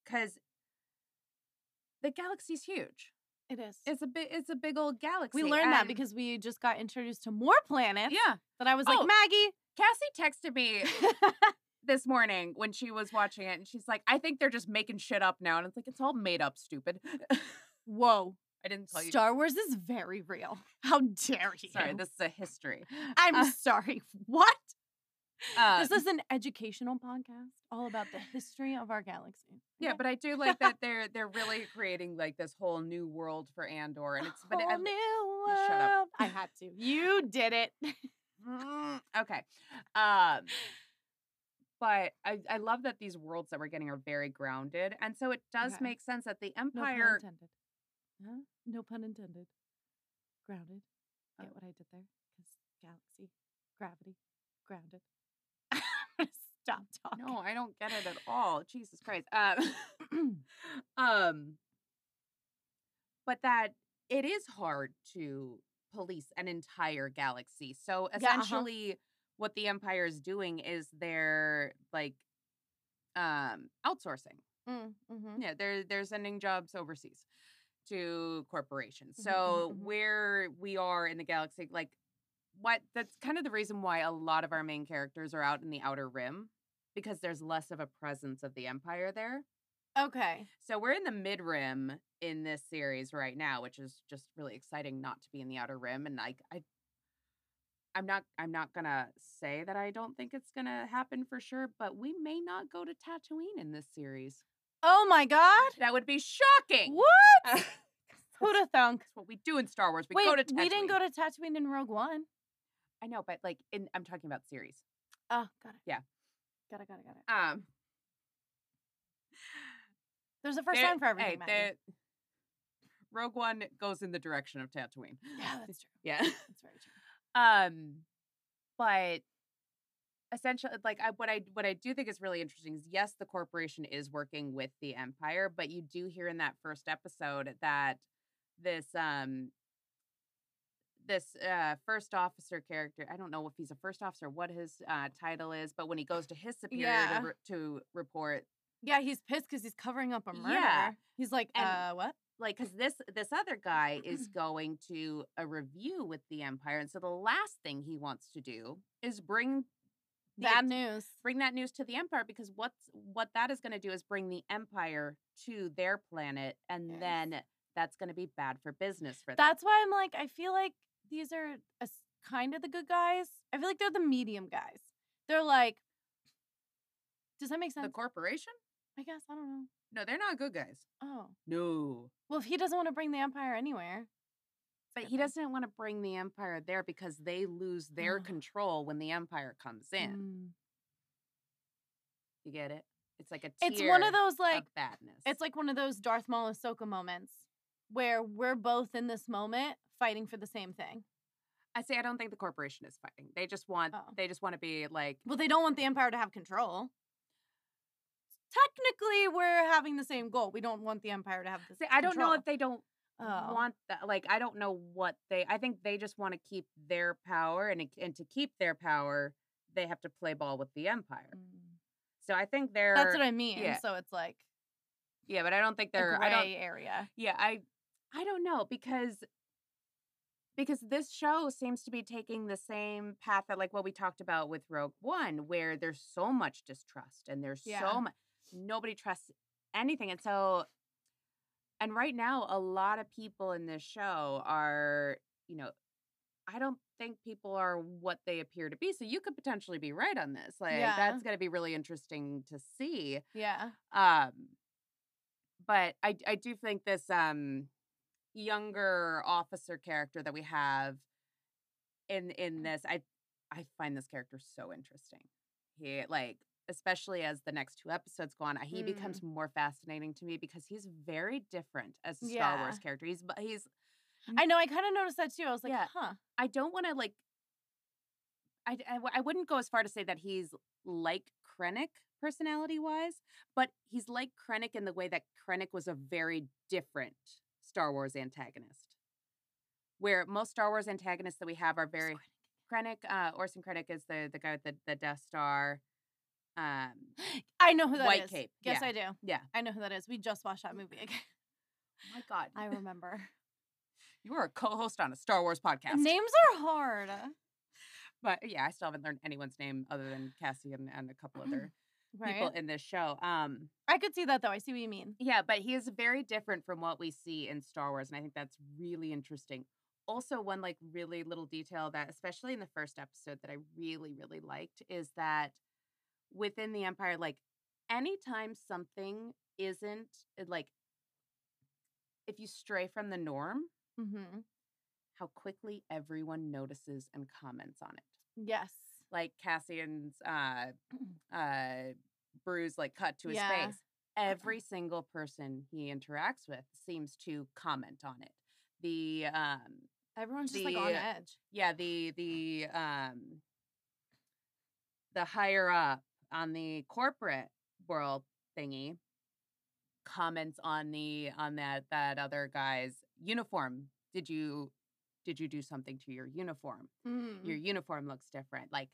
[SPEAKER 7] because the galaxy's huge.
[SPEAKER 6] it is.
[SPEAKER 7] It's a big, it's a big old galaxy.
[SPEAKER 6] We learned that
[SPEAKER 7] and-
[SPEAKER 6] because we just got introduced to more planets.
[SPEAKER 7] yeah.
[SPEAKER 6] That I was
[SPEAKER 7] Oh.
[SPEAKER 6] like, Maggie.
[SPEAKER 7] Cassie texted me this morning when she was watching it, and she's like, "I think they're just making shit up now," and it's like it's all made up, stupid.
[SPEAKER 6] Whoa.
[SPEAKER 7] I didn't tell
[SPEAKER 6] Star Wars is very real. How dare
[SPEAKER 7] you.
[SPEAKER 6] you?
[SPEAKER 7] Sorry, this is a history.
[SPEAKER 6] I'm
[SPEAKER 7] uh,
[SPEAKER 6] sorry. What?
[SPEAKER 7] Uh,
[SPEAKER 6] this is an educational podcast all about the history of our galaxy.
[SPEAKER 7] yeah, but I do like that they're they're really creating like this whole new world for Andor, and it's but
[SPEAKER 6] Whole
[SPEAKER 7] I-
[SPEAKER 6] new
[SPEAKER 7] you shut up.
[SPEAKER 6] world. I had to. You did it.
[SPEAKER 7] Mm, okay. Um, but I, I love that these worlds that we're getting are very grounded, and so it does
[SPEAKER 6] Okay.
[SPEAKER 7] make sense that the
[SPEAKER 6] No pun
[SPEAKER 7] Empire
[SPEAKER 6] intended. Huh? No pun intended. Grounded. Get what I did there? Because galaxy, gravity, grounded. Stop talking.
[SPEAKER 7] No, I don't get it at all. Jesus Christ. Um, um, but that it is hard to police an entire galaxy. So
[SPEAKER 6] Yeah, uh-huh.
[SPEAKER 7] essentially, what the Empire is doing is they're like um, outsourcing.
[SPEAKER 6] mm-hmm.
[SPEAKER 7] Yeah, they're they're sending jobs overseas to corporations.
[SPEAKER 6] Mhm, mhm,
[SPEAKER 7] So
[SPEAKER 6] mhm.
[SPEAKER 7] where we are in the galaxy, like what that's kind of the reason why a lot of our main characters are out in the outer rim because there's less of a presence of the empire there.
[SPEAKER 6] Okay.
[SPEAKER 7] So we're in the mid rim in this series right now, which is just really exciting not to be in the outer rim. And like I I'm not I'm not gonna say that I don't think it's gonna happen for sure, but we may not go to Tatooine in this series.
[SPEAKER 6] Oh my God.
[SPEAKER 7] That would be shocking.
[SPEAKER 6] What?
[SPEAKER 7] That's
[SPEAKER 6] Who'd have thunk?
[SPEAKER 7] what we do in Star Wars. We
[SPEAKER 6] Wait,
[SPEAKER 7] go to
[SPEAKER 6] we didn't go
[SPEAKER 7] Tatooine.
[SPEAKER 6] to Tatooine in Rogue One.
[SPEAKER 7] I know, but like in I'm talking about series.
[SPEAKER 6] Oh, got it.
[SPEAKER 7] Yeah.
[SPEAKER 6] Got it, got it, got it.
[SPEAKER 7] Um
[SPEAKER 6] There's a first
[SPEAKER 7] there-
[SPEAKER 6] time for everything,
[SPEAKER 7] hey,
[SPEAKER 6] Maggie.
[SPEAKER 7] there- Rogue One goes in the direction of Tatooine.
[SPEAKER 6] Yeah, that's true.
[SPEAKER 7] Yeah.
[SPEAKER 6] That's very true.
[SPEAKER 7] Um but essentially like I, what I what I do think is really interesting is yes, the corporation is working with the empire, but you do hear in that first episode that this um this uh first officer character i don't know if he's a first officer what his uh title is but when he goes to his superior
[SPEAKER 6] Yeah.
[SPEAKER 7] to, re- to report
[SPEAKER 6] Yeah, he's pissed because he's covering up a
[SPEAKER 7] Yeah.
[SPEAKER 6] murder. He's like,
[SPEAKER 7] And-
[SPEAKER 6] uh, what?
[SPEAKER 7] like because this this other guy is going to a review with the empire and so the last thing he wants to do is bring the-
[SPEAKER 6] Bad news.
[SPEAKER 7] bring that news to the empire because what's what that is going to do is bring the empire to their planet and
[SPEAKER 6] Yes.
[SPEAKER 7] then that's going to be bad for business for them.
[SPEAKER 6] That's why I'm like, I feel like these are a, kind of the good guys. I feel like they're the medium guys. They're like, does that make sense?
[SPEAKER 7] the corporation.
[SPEAKER 6] I guess I don't know.
[SPEAKER 7] No, they're not good guys.
[SPEAKER 6] Oh,
[SPEAKER 7] No,
[SPEAKER 6] well, if he doesn't want to bring the empire anywhere,
[SPEAKER 7] but
[SPEAKER 6] good
[SPEAKER 7] he
[SPEAKER 6] though.
[SPEAKER 7] doesn't want to bring the empire there because they lose their
[SPEAKER 6] Ah.
[SPEAKER 7] control when the empire comes in.
[SPEAKER 6] mm.
[SPEAKER 7] You get it? It's like a tier
[SPEAKER 6] Hmm. it's one of those
[SPEAKER 7] of
[SPEAKER 6] like
[SPEAKER 7] badness.
[SPEAKER 6] It's like one of those Darth Maul Ahsoka moments where we're both in this moment fighting for the same thing.
[SPEAKER 7] I say I don't think the corporation is fighting. They just want
[SPEAKER 6] Oh.
[SPEAKER 7] they just want to be like
[SPEAKER 6] Well, they don't want the Empire to have control. Technically, we're having the same goal. We don't want the Empire to have the
[SPEAKER 7] See,
[SPEAKER 6] same
[SPEAKER 7] I don't know if they don't
[SPEAKER 6] Oh.
[SPEAKER 7] want that. Like, I don't know what they. I think they just want to keep their power, and it- and to keep their power, they have to play ball with the empire. So Mm. I think they're.
[SPEAKER 6] That's what I mean.
[SPEAKER 7] yeah.
[SPEAKER 6] So it's like
[SPEAKER 7] Yeah, but I don't think
[SPEAKER 6] a
[SPEAKER 7] they're. I don't.
[SPEAKER 6] gray area.
[SPEAKER 7] Yeah, I. I don't know because. Because this show seems to be taking the same path that, like, what we talked about with Rogue One, where there's so much distrust and there's
[SPEAKER 6] Yeah.
[SPEAKER 7] so much nobody trusts anything, and so and right now a lot of people in this show are you know i don't think people are what they appear to be so you could potentially be right on this like
[SPEAKER 6] Yeah.
[SPEAKER 7] that's going to be really interesting to see
[SPEAKER 6] Yeah.
[SPEAKER 7] um but i i do think this um younger officer character that we have in in this i i find this character so interesting he like especially as the next two episodes go on he
[SPEAKER 6] Mm.
[SPEAKER 7] becomes more fascinating to me because he's very different as a star wars
[SPEAKER 6] Yeah.
[SPEAKER 7] character he's but he's
[SPEAKER 6] I know. I kind of noticed that too. I was like,
[SPEAKER 7] Yeah.
[SPEAKER 6] huh.
[SPEAKER 7] i don't want to like I, d- I w- I wouldn't go as far to say that he's like krennick personality wise but he's like krennick in the way that krennick was a very different star wars antagonist where most star wars antagonists that we have are very Krennic, uh, Orson Krennic is the the guy with the, the Death Star. Um,
[SPEAKER 6] I know who that is.
[SPEAKER 7] White Cape,
[SPEAKER 6] Yes,
[SPEAKER 7] yeah.
[SPEAKER 6] I do.
[SPEAKER 7] yeah.
[SPEAKER 6] I know who that is. We just watched that movie again.
[SPEAKER 7] Oh my God,
[SPEAKER 6] I remember.
[SPEAKER 7] you are a co-host on a Star Wars podcast.
[SPEAKER 6] Names are hard.
[SPEAKER 7] but yeah, I still haven't learned anyone's name other than Cassie and, and a couple other people
[SPEAKER 6] Right.
[SPEAKER 7] in this show. Um,
[SPEAKER 6] I could see that though. I see what you mean.
[SPEAKER 7] yeah, but he is very different from what we see in Star Wars, and I think that's really interesting. Also, one like really little detail that, especially in the first episode, that I really really liked is that within the Empire, like anytime something isn't eh, like if you stray from the norm,
[SPEAKER 6] Mm-hmm.
[SPEAKER 7] how quickly everyone notices and comments on it.
[SPEAKER 6] Yes.
[SPEAKER 7] Like Cassian's uh uh bruise like cut to his
[SPEAKER 6] Yeah.
[SPEAKER 7] face. Every single person he interacts with seems to comment on it. The um
[SPEAKER 6] Everyone's just like on
[SPEAKER 7] The-
[SPEAKER 6] edge.
[SPEAKER 7] yeah, the the um the higher up on the corporate world thingy comments on the on that that other guy's uniform. Did you did you do something to your uniform?
[SPEAKER 6] Mm.
[SPEAKER 7] your uniform looks different like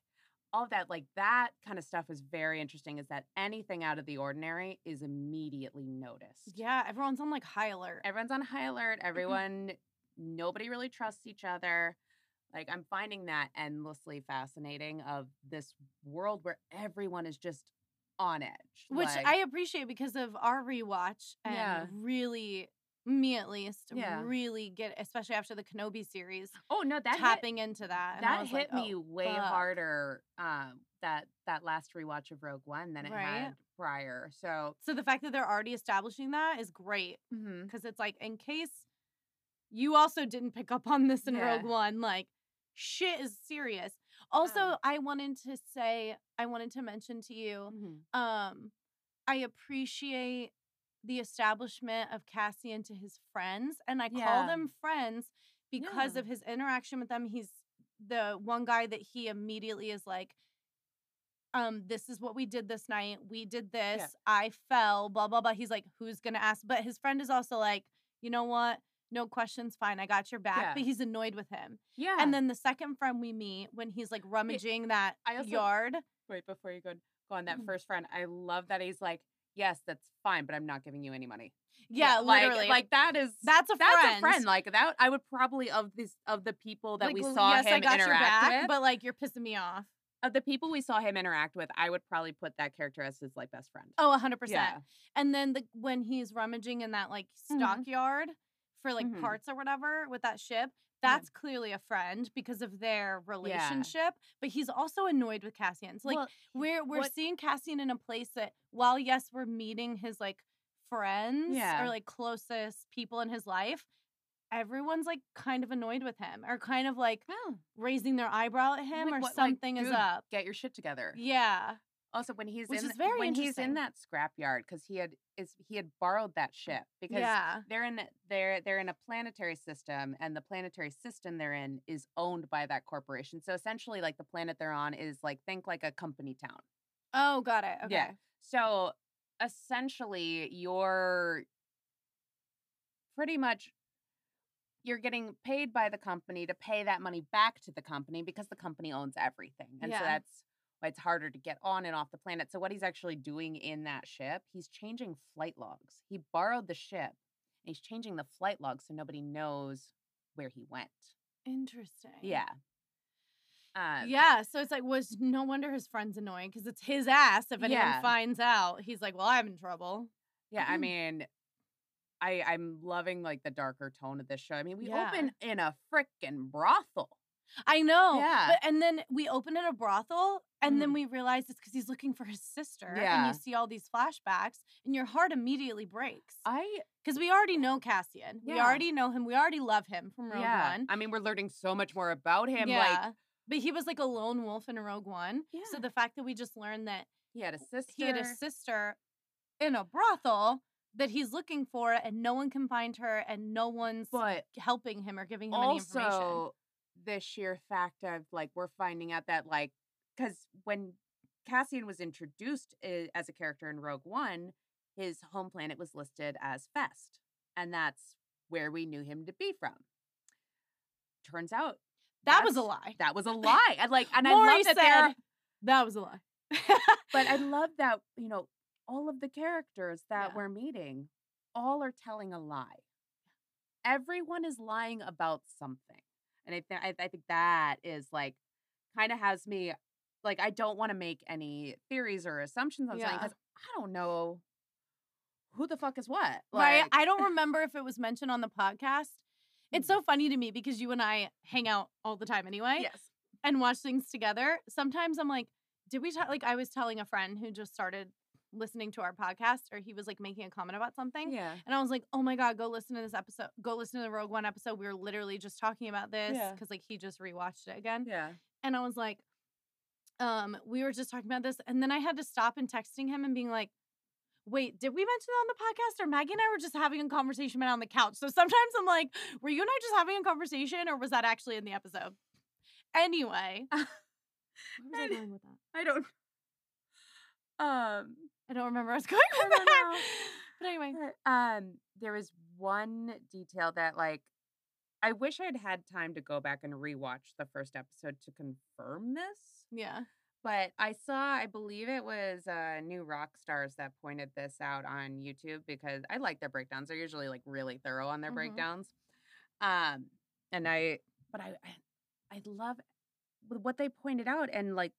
[SPEAKER 7] all of that like that kind of stuff is very interesting is that anything out of the ordinary is immediately noticed
[SPEAKER 6] Yeah, Mm-hmm. everyone's on like high alert.
[SPEAKER 7] everyone's on high alert everyone nobody really trusts each other like i'm finding that endlessly fascinating of this world where everyone is just on edge
[SPEAKER 6] which
[SPEAKER 7] like-
[SPEAKER 6] I appreciate because of our rewatch and
[SPEAKER 7] Yeah.
[SPEAKER 6] really me at least
[SPEAKER 7] Yeah.
[SPEAKER 6] really get especially after the Kenobi series
[SPEAKER 7] oh no that hit-
[SPEAKER 6] tapping into that. And I
[SPEAKER 7] that
[SPEAKER 6] was
[SPEAKER 7] hit
[SPEAKER 6] like,
[SPEAKER 7] me
[SPEAKER 6] "Oh,
[SPEAKER 7] way
[SPEAKER 6] fuck."
[SPEAKER 7] harder um that that last rewatch of rogue one than it
[SPEAKER 6] Right?
[SPEAKER 7] had prior so
[SPEAKER 6] So the fact that they're already establishing that is great
[SPEAKER 7] mhm.
[SPEAKER 6] because it's like in case you also didn't pick up on this in
[SPEAKER 7] Yeah.
[SPEAKER 6] Rogue One, like shit is serious. Also,
[SPEAKER 7] Um,
[SPEAKER 6] I wanted to say I wanted to mention to you
[SPEAKER 7] mhm.
[SPEAKER 6] um i appreciate the establishment of cassian to his friends and i call
[SPEAKER 7] Yeah.
[SPEAKER 6] them friends because
[SPEAKER 7] Yeah.
[SPEAKER 6] of his interaction with them he's the one guy that he immediately is like um this is what we did this night we did this i fell blah blah blah he's like who's gonna ask but his friend is also like you know what no questions fine i got your back
[SPEAKER 7] Yeah.
[SPEAKER 6] but he's annoyed with him
[SPEAKER 7] Yeah.
[SPEAKER 6] and then the second friend we meet when he's like rummaging that
[SPEAKER 7] I also-
[SPEAKER 6] yard
[SPEAKER 7] wait before you go go on that
[SPEAKER 6] Mhm.
[SPEAKER 7] first friend, I love that he's like, yes, that's fine, but I'm not giving you any money.
[SPEAKER 6] yeah,
[SPEAKER 7] like,
[SPEAKER 6] literally
[SPEAKER 7] like that is
[SPEAKER 6] That's a
[SPEAKER 7] that's
[SPEAKER 6] friend.
[SPEAKER 7] a friend. Like that, I would probably of this of the people that
[SPEAKER 6] Like,
[SPEAKER 7] we
[SPEAKER 6] well,
[SPEAKER 7] saw him
[SPEAKER 6] I got
[SPEAKER 7] interact
[SPEAKER 6] your back,
[SPEAKER 7] with,
[SPEAKER 6] but like you're pissing me off.
[SPEAKER 7] of the people we saw him interact with, I would probably put that character as his like best friend.
[SPEAKER 6] Oh, 100%.
[SPEAKER 7] yeah,
[SPEAKER 6] And then the when he's rummaging in that like
[SPEAKER 7] Mhm.
[SPEAKER 6] stockyard for like
[SPEAKER 7] Mhm.
[SPEAKER 6] parts or whatever with that ship. That's clearly a friend because of their relationship, but he's also annoyed with Cassian. So like
[SPEAKER 1] Well,
[SPEAKER 6] we're we're
[SPEAKER 1] what-
[SPEAKER 6] seeing Cassian in a place that while yes, we're meeting his like friends
[SPEAKER 7] Yeah.
[SPEAKER 6] or like closest people in his life, everyone's like kind of annoyed with him or kind of like
[SPEAKER 1] oh,
[SPEAKER 6] raising their eyebrow at
[SPEAKER 7] Like,
[SPEAKER 6] him or
[SPEAKER 7] what- like,
[SPEAKER 6] something is
[SPEAKER 7] dude,
[SPEAKER 6] up.
[SPEAKER 7] Get your shit together.
[SPEAKER 6] Yeah.
[SPEAKER 7] Also, when he's
[SPEAKER 6] Which
[SPEAKER 7] in
[SPEAKER 6] is
[SPEAKER 7] th-
[SPEAKER 6] very
[SPEAKER 7] when he's
[SPEAKER 6] interesting. Mm,
[SPEAKER 7] in that scrapyard because he had is he had borrowed that ship because
[SPEAKER 6] yeah.
[SPEAKER 7] they're in they're they're in a planetary system and the planetary system they're in is owned by that corporation. So essentially, like the planet they're on is like think like a company town.
[SPEAKER 6] Oh, got it. Okay.
[SPEAKER 7] Yeah. So essentially, you're pretty much you're getting paid by the company to pay that money back to the company because the company owns everything. And
[SPEAKER 6] Yeah.
[SPEAKER 7] so that's why it's harder to get on and off the planet. So what he's actually doing in that ship, he's changing flight logs. He borrowed the ship and he's changing the flight logs so nobody knows where he went.
[SPEAKER 6] Interesting.
[SPEAKER 7] Yeah. Uh,
[SPEAKER 6] Yeah, so it's like was no wonder his friend's annoying because it's his ass. If anyone
[SPEAKER 7] Yeah.
[SPEAKER 6] finds out, he's like, "Well, I'm in trouble."
[SPEAKER 7] Yeah, I mean, I I'm loving like the darker tone of this show. I mean, we
[SPEAKER 6] Yeah.
[SPEAKER 7] open in a frickin' brothel.
[SPEAKER 6] I know.
[SPEAKER 7] Yeah. Mm.
[SPEAKER 6] But, and then we open in a brothel, and then we realize it's because he's looking for his sister.
[SPEAKER 7] Yeah.
[SPEAKER 6] And you see all these flashbacks, and your heart immediately breaks
[SPEAKER 7] I
[SPEAKER 6] because we already know Cassian. We
[SPEAKER 7] Yeah.
[SPEAKER 6] already know him. We already love him from Rogue
[SPEAKER 7] yeah.
[SPEAKER 6] One.
[SPEAKER 7] I mean, we're learning so much more about him.
[SPEAKER 6] yeah.
[SPEAKER 7] Like
[SPEAKER 6] but he was like a lone wolf in Rogue One. So
[SPEAKER 7] Yeah.
[SPEAKER 6] the fact that we just learned that
[SPEAKER 7] he had a sister.
[SPEAKER 6] he had a sister in a brothel that he's looking for and no one can find her and no one's
[SPEAKER 7] but
[SPEAKER 6] helping him or giving him any information.
[SPEAKER 7] also the sheer fact of like we're finding out that like because when Cassian was introduced i- as a character in Rogue One, his home planet was listed as Fest, and that's where we knew him to be from. Turns out
[SPEAKER 6] That was a
[SPEAKER 7] that's-
[SPEAKER 6] lie.
[SPEAKER 7] That was a lie. And like, and I
[SPEAKER 6] Maury
[SPEAKER 7] love that they're,
[SPEAKER 6] said that was a lie.
[SPEAKER 7] but I love that, you know, all of the characters that
[SPEAKER 6] Yeah.
[SPEAKER 7] we're meeting all are telling a lie. Everyone is lying about something. And I, th- I, I think that is like, kind of has me, like, I don't want to make any theories or assumptions on something
[SPEAKER 6] Yeah.
[SPEAKER 7] because I don't know who the fuck is what.
[SPEAKER 6] right?
[SPEAKER 7] Like, Mm-hmm.
[SPEAKER 6] I don't remember if it was mentioned on the podcast. It's so funny to me because you and I hang out all the time anyway
[SPEAKER 7] yes.
[SPEAKER 6] and watch things together. Sometimes I'm like, did we talk? Like, I was telling a friend who just started listening to our podcast, or he was like making a comment about something.
[SPEAKER 7] Yeah.
[SPEAKER 6] And I was like, oh my God, go listen to this episode. Go listen to the Rogue One episode. We were literally just talking about this
[SPEAKER 7] Yeah.
[SPEAKER 6] because like he just rewatched it again.
[SPEAKER 7] Yeah.
[SPEAKER 6] And I was like, um, we were just talking about this. And then I had to stop and texting him and being like, wait, did we mention that on the podcast? Or Maggie and I were just having a conversation about it on the couch. So sometimes I'm like, were you and I just having a conversation or was that actually in the episode? Anyway. Where was I
[SPEAKER 7] And-
[SPEAKER 6] going with that?
[SPEAKER 7] I don't. Um.
[SPEAKER 6] I don't remember where I was going
[SPEAKER 7] I
[SPEAKER 6] with
[SPEAKER 7] don't
[SPEAKER 6] that.
[SPEAKER 7] know.
[SPEAKER 6] But anyway.
[SPEAKER 7] But, um, there was one detail that like I wish I'd had time to go back and rewatch the first episode to confirm this.
[SPEAKER 6] Yeah.
[SPEAKER 7] But I saw, I believe it was uh, New Rock Stars that pointed this out on YouTube because I like their breakdowns. They're usually like really thorough on their
[SPEAKER 6] Mhm.
[SPEAKER 7] breakdowns. Um, and I, but I, I, I love wh- what they pointed out and like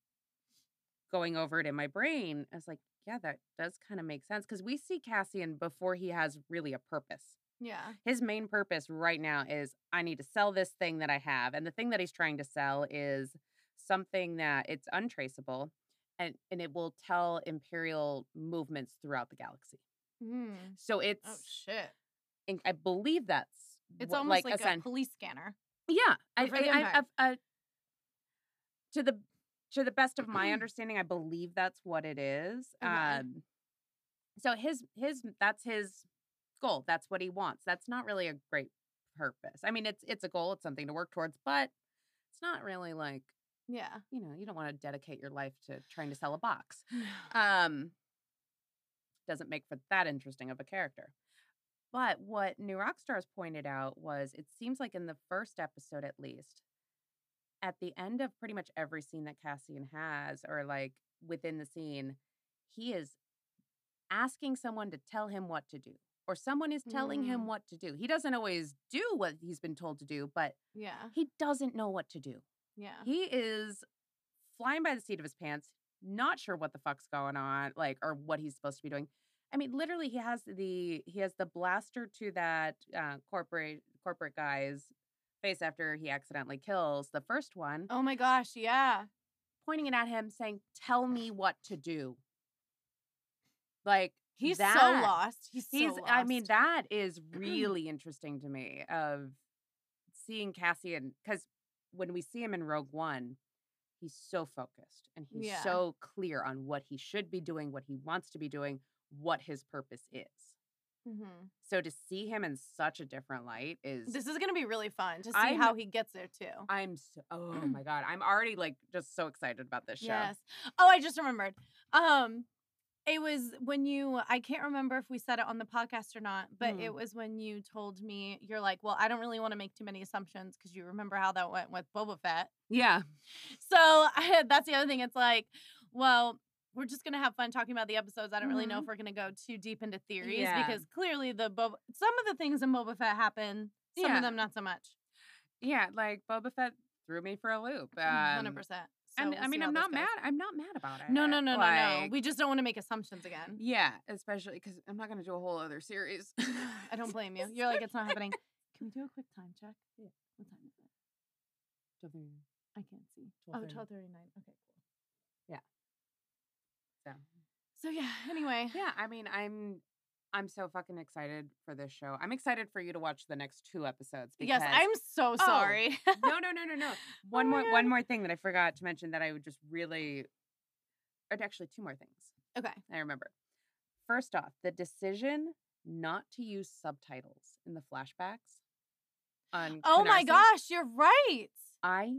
[SPEAKER 7] going over it in my brain. I was like, yeah, that does kind of make sense because we see Cassian before he has really a purpose.
[SPEAKER 6] Yeah.
[SPEAKER 7] His main purpose right now is I need to sell this thing that I have. And the thing that he's trying to sell is something that it's untraceable and, and it will tell imperial movements throughout the galaxy.
[SPEAKER 6] Mm.
[SPEAKER 7] So it's
[SPEAKER 6] Oh shit.
[SPEAKER 7] in- I believe that's
[SPEAKER 6] It's
[SPEAKER 7] what-
[SPEAKER 6] almost like, a
[SPEAKER 7] sen-
[SPEAKER 6] police scanner.
[SPEAKER 7] yeah. I,
[SPEAKER 6] for the
[SPEAKER 7] I- I-
[SPEAKER 6] Empire.
[SPEAKER 7] I- I- to the to the best of my understanding, I believe that's what it is.
[SPEAKER 6] Okay.
[SPEAKER 7] Um, so his his that's his goal. That's what he wants. That's not really a great purpose. I mean, it's it's a goal. It's something to work towards, but it's not really like
[SPEAKER 6] Yeah.
[SPEAKER 7] you know you don't want to dedicate your life to trying to sell a box um doesn't make for that interesting of a character but what new rockstars pointed out was it seems like in the first episode at least at the end of pretty much every scene that cassian has or like within the scene he is asking someone to tell him what to do or someone is telling
[SPEAKER 6] Mm.
[SPEAKER 7] him what to do he doesn't always do what he's been told to do but
[SPEAKER 6] Yeah.
[SPEAKER 7] he doesn't know what to do
[SPEAKER 6] Yeah.
[SPEAKER 7] he is flying by the seat of his pants, not sure what the fuck's going on, like, or what he's supposed to be doing. I mean, literally, he has the he has the blaster to that uh, corporate corporate guy's face after he accidentally kills the first one,
[SPEAKER 6] Oh my gosh, yeah.
[SPEAKER 7] pointing it at him, saying, "Tell me what to do." Like
[SPEAKER 6] He's
[SPEAKER 7] that-
[SPEAKER 6] so lost. He's so
[SPEAKER 7] He's. I mean,
[SPEAKER 6] lost.
[SPEAKER 7] that is really interesting to me of seeing Cassian because when we see him in Rogue One, he's so focused and he's
[SPEAKER 6] Yeah.
[SPEAKER 7] so clear on what he should be doing, what he wants to be doing, what his purpose is.
[SPEAKER 6] Mhm.
[SPEAKER 7] So to see him in such a different light is
[SPEAKER 6] This is going to be really fun to see
[SPEAKER 7] I'm-
[SPEAKER 6] how he gets there too.
[SPEAKER 7] I'm so oh my god, I'm already like just so excited about this show.
[SPEAKER 6] Yes. Oh, I just remembered. Um, it was when you. I can't remember if we said it on the podcast or not, but it was when you told me you're like, well, I don't really want to make too many assumptions because you remember how that went with Boba Fett.
[SPEAKER 7] Yeah.
[SPEAKER 6] So I, that's the other thing. It's like, well. We're just gonna have fun talking about the episodes. I don't really know if we're gonna go too deep into theories
[SPEAKER 7] Mm-hmm. Yeah.
[SPEAKER 6] because clearly the Boba, some of the things in Boba Fett happen. Some
[SPEAKER 7] Yeah.
[SPEAKER 6] of them not so much.
[SPEAKER 7] Yeah, like Boba Fett threw me for a loop.
[SPEAKER 6] Hundred
[SPEAKER 7] um,
[SPEAKER 6] percent.
[SPEAKER 7] And I mean, I'm not mad. I'm not mad about it.
[SPEAKER 6] No, no, no, no, no.
[SPEAKER 7] like,
[SPEAKER 6] We just don't want to make assumptions again.
[SPEAKER 7] yeah, especially because I'm not going to do a whole other series.
[SPEAKER 6] I don't blame you. You're like, it's not happening. Can we do a quick time check? Yeah. What time is it? I can't see. Oh,
[SPEAKER 7] 12:30.
[SPEAKER 6] 12.39. Okay, cool.
[SPEAKER 7] So.
[SPEAKER 6] So yeah, anyway.
[SPEAKER 7] Yeah, I mean, I'm I'm so fucking excited for this show. I'm excited for you to watch the next two episodes. Because
[SPEAKER 6] Yes, I'm so
[SPEAKER 7] Oh,
[SPEAKER 6] sorry.
[SPEAKER 7] no, no, no, no, no. One
[SPEAKER 6] my
[SPEAKER 7] more,
[SPEAKER 6] God.
[SPEAKER 7] one more thing that I forgot to mention that I would just really, or actually, two more things
[SPEAKER 6] okay.
[SPEAKER 7] I remember. First off, the decision not to use subtitles in the flashbacks. On
[SPEAKER 6] Oh my
[SPEAKER 7] Canarsie,
[SPEAKER 6] gosh, you're right.
[SPEAKER 7] I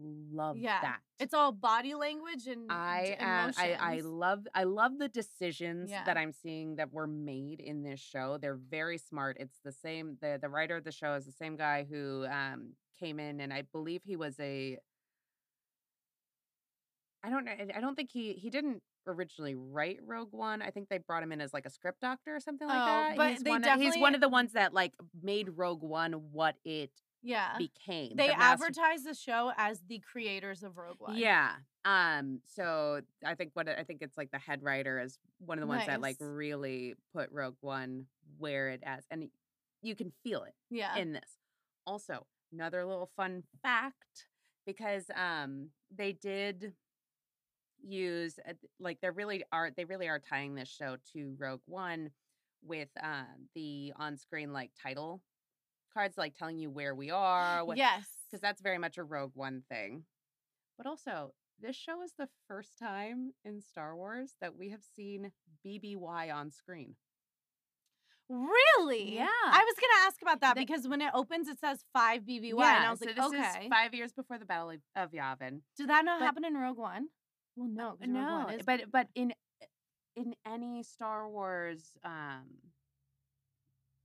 [SPEAKER 7] love
[SPEAKER 6] Yeah,
[SPEAKER 7] that.
[SPEAKER 6] It's all body language Mm, and d-
[SPEAKER 7] I am. I, I
[SPEAKER 6] emotions.
[SPEAKER 7] love. I love the decisions
[SPEAKER 6] Yeah.
[SPEAKER 7] that I'm seeing that were made in this show. They're very smart. It's the same. the The writer of the show is the same guy who um, came in, and I believe he was a. I don't know. I- I don't think he he didn't originally write Rogue One. I think they brought him in as like a script doctor or something like
[SPEAKER 6] Oh,
[SPEAKER 7] that.
[SPEAKER 6] but
[SPEAKER 7] he's
[SPEAKER 6] they
[SPEAKER 7] one of, he's one
[SPEAKER 6] definitely-
[SPEAKER 7] of the ones that like made Rogue One what it
[SPEAKER 6] Yeah.
[SPEAKER 7] became.
[SPEAKER 6] Uh, They
[SPEAKER 7] the master-
[SPEAKER 6] advertise the show as the creators of Rogue One.
[SPEAKER 7] yeah. Um. So I think what I think it's like the head writer is one of the ones that like
[SPEAKER 6] Nice.
[SPEAKER 7] really put Rogue One where it as, and you can feel it
[SPEAKER 6] Yeah.
[SPEAKER 7] in this. Also, another little fun fact because um they did use uh, like they really are they really are tying this show to Rogue One with um the on-screen like title cards like telling you where we are, what
[SPEAKER 6] yes.
[SPEAKER 7] because that's very much a Rogue One thing. But also, this show is the first time in Star Wars that we have seen BBY on screen.
[SPEAKER 6] Really?
[SPEAKER 7] Yeah.
[SPEAKER 6] I was gonna ask about that
[SPEAKER 7] They-
[SPEAKER 6] because when it opens, it says five BBY, and I was
[SPEAKER 7] so
[SPEAKER 6] like,
[SPEAKER 7] this
[SPEAKER 6] okay.
[SPEAKER 7] is five years before the Battle of- of Yavin.
[SPEAKER 6] Did that not
[SPEAKER 7] but- Uh,
[SPEAKER 6] happen in Rogue One? Well, no, 'cause Rogue One is-
[SPEAKER 7] but but in in any Star Wars, um,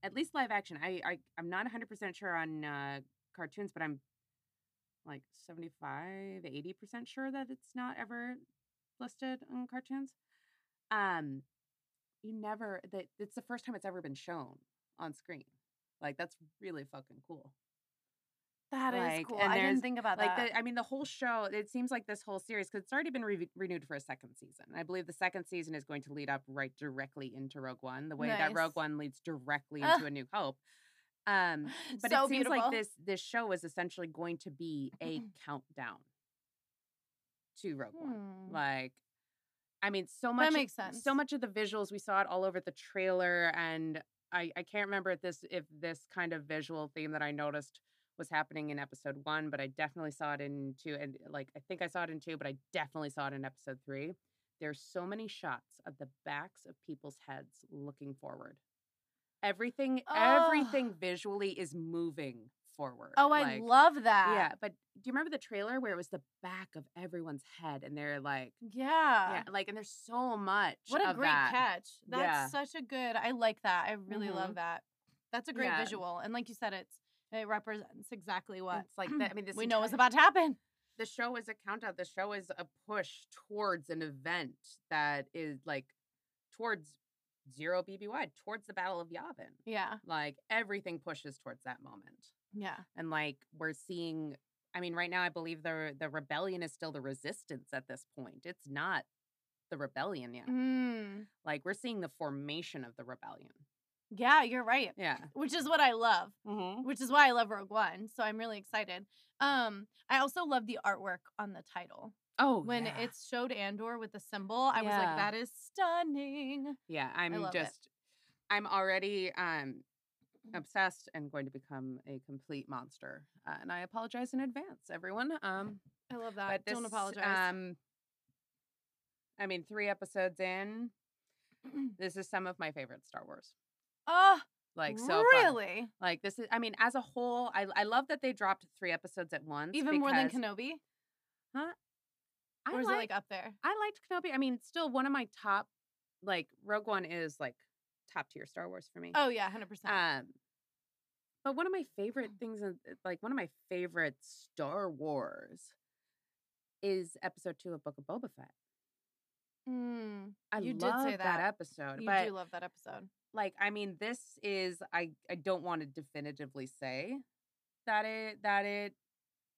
[SPEAKER 7] at least live action, I, I I'm not 100 percent sure on uh, cartoons, but I'm like 75, 80 percent sure that it's not ever listed on cartoons. Um, you never that it's the first time it's ever been shown on screen. Like that's really fucking cool.
[SPEAKER 6] that is
[SPEAKER 7] like,
[SPEAKER 6] cool.
[SPEAKER 7] and
[SPEAKER 6] I didn't
[SPEAKER 7] there's,
[SPEAKER 6] think about
[SPEAKER 7] like
[SPEAKER 6] that.
[SPEAKER 7] the, i mean the whole show it seems like this whole series because it's already been re- renewed for a second season i believe the second season is going to lead up right directly into rogue one the way that rogue
[SPEAKER 6] Nice.
[SPEAKER 7] one leads directly
[SPEAKER 6] Ah.
[SPEAKER 7] into a new hope um but
[SPEAKER 6] so
[SPEAKER 7] it seems
[SPEAKER 6] beautiful.
[SPEAKER 7] like this this show is essentially going to be a countdown to rogue one
[SPEAKER 6] Hmm.
[SPEAKER 7] like i mean so much
[SPEAKER 6] makes
[SPEAKER 7] so
[SPEAKER 6] sense.
[SPEAKER 7] much of the visuals we saw it all over the trailer and i i can't remember if this if this kind of visual theme that i noticed was happening in episode one but i definitely saw it in two and like i think i saw it in two but i definitely saw it in episode three there's so many shots of the backs of people's heads looking forward everything everything
[SPEAKER 6] Ugh.
[SPEAKER 7] visually is moving forward
[SPEAKER 6] oh, I
[SPEAKER 7] like-
[SPEAKER 6] love that.
[SPEAKER 7] yeah but do you remember the trailer where it was the back of everyone's head and they're like
[SPEAKER 6] Yeah.
[SPEAKER 7] yeah, like, and there's so much.
[SPEAKER 6] What a
[SPEAKER 7] of
[SPEAKER 6] great
[SPEAKER 7] that.
[SPEAKER 6] catch. That's
[SPEAKER 7] Yeah. Mm-hmm.
[SPEAKER 6] such a good. I like that. I really love that. That's a great
[SPEAKER 7] Yeah. Mm,
[SPEAKER 6] visual, and like you said, it's it represents exactly what
[SPEAKER 7] It's like that. I mean, this
[SPEAKER 6] we know what's
[SPEAKER 7] entire-
[SPEAKER 6] about to happen.
[SPEAKER 7] The show is a countdown. The show is a push towards an event that is like towards zero BBY, towards the Battle of Yavin.
[SPEAKER 6] Yeah.
[SPEAKER 7] Like everything pushes towards that moment,
[SPEAKER 6] Yeah.
[SPEAKER 7] and like we're seeing. I mean, right now, I believe the the rebellion is still the resistance at this point. It's not the rebellion yet.
[SPEAKER 6] Mm.
[SPEAKER 7] Like we're seeing the formation of the rebellion.
[SPEAKER 6] Yeah, you're right.
[SPEAKER 7] Yeah.
[SPEAKER 6] Which is what I love.
[SPEAKER 7] Mm-hmm.
[SPEAKER 6] which is why I love Rogue One. So I'm really excited. Um, I also love the artwork on the title.
[SPEAKER 7] Oh,
[SPEAKER 6] When
[SPEAKER 7] yeah.
[SPEAKER 6] it showed Andor with the symbol, I was
[SPEAKER 7] Yeah.
[SPEAKER 6] like, that is stunning.
[SPEAKER 7] Yeah, I'm
[SPEAKER 6] love it. Mm-hmm.
[SPEAKER 7] just I'm already um obsessed and going to become a complete monster. Uh, and I apologize in advance, everyone. Um
[SPEAKER 6] I love
[SPEAKER 7] but
[SPEAKER 6] that. Don't
[SPEAKER 7] this,
[SPEAKER 6] apologize.
[SPEAKER 7] Um I mean, 3 episodes in, this is some of my favorite Star Wars.
[SPEAKER 6] oh,
[SPEAKER 7] Like so far.
[SPEAKER 6] really?
[SPEAKER 7] Like this is I mean, as a whole, I I love that they dropped 3 episodes at once
[SPEAKER 6] Even more than
[SPEAKER 7] because
[SPEAKER 6] Kenobi?
[SPEAKER 7] I
[SPEAKER 6] Or is it
[SPEAKER 7] like,
[SPEAKER 6] like up there?
[SPEAKER 7] I liked Kenobi. I mean, still one of my top like Rogue One is like top tier Star Wars for me.
[SPEAKER 6] Oh yeah, hundred percent.
[SPEAKER 7] Um, but one of my favorite things, in- uh, like one of my favorite Star Wars, is episode two of Book of Boba Fett.
[SPEAKER 6] Mm,
[SPEAKER 7] I
[SPEAKER 6] You did say
[SPEAKER 7] love
[SPEAKER 6] that.
[SPEAKER 7] episode,
[SPEAKER 6] you
[SPEAKER 7] but
[SPEAKER 6] do love that episode.
[SPEAKER 7] like, I mean, this is I I don't want to definitively say that it that it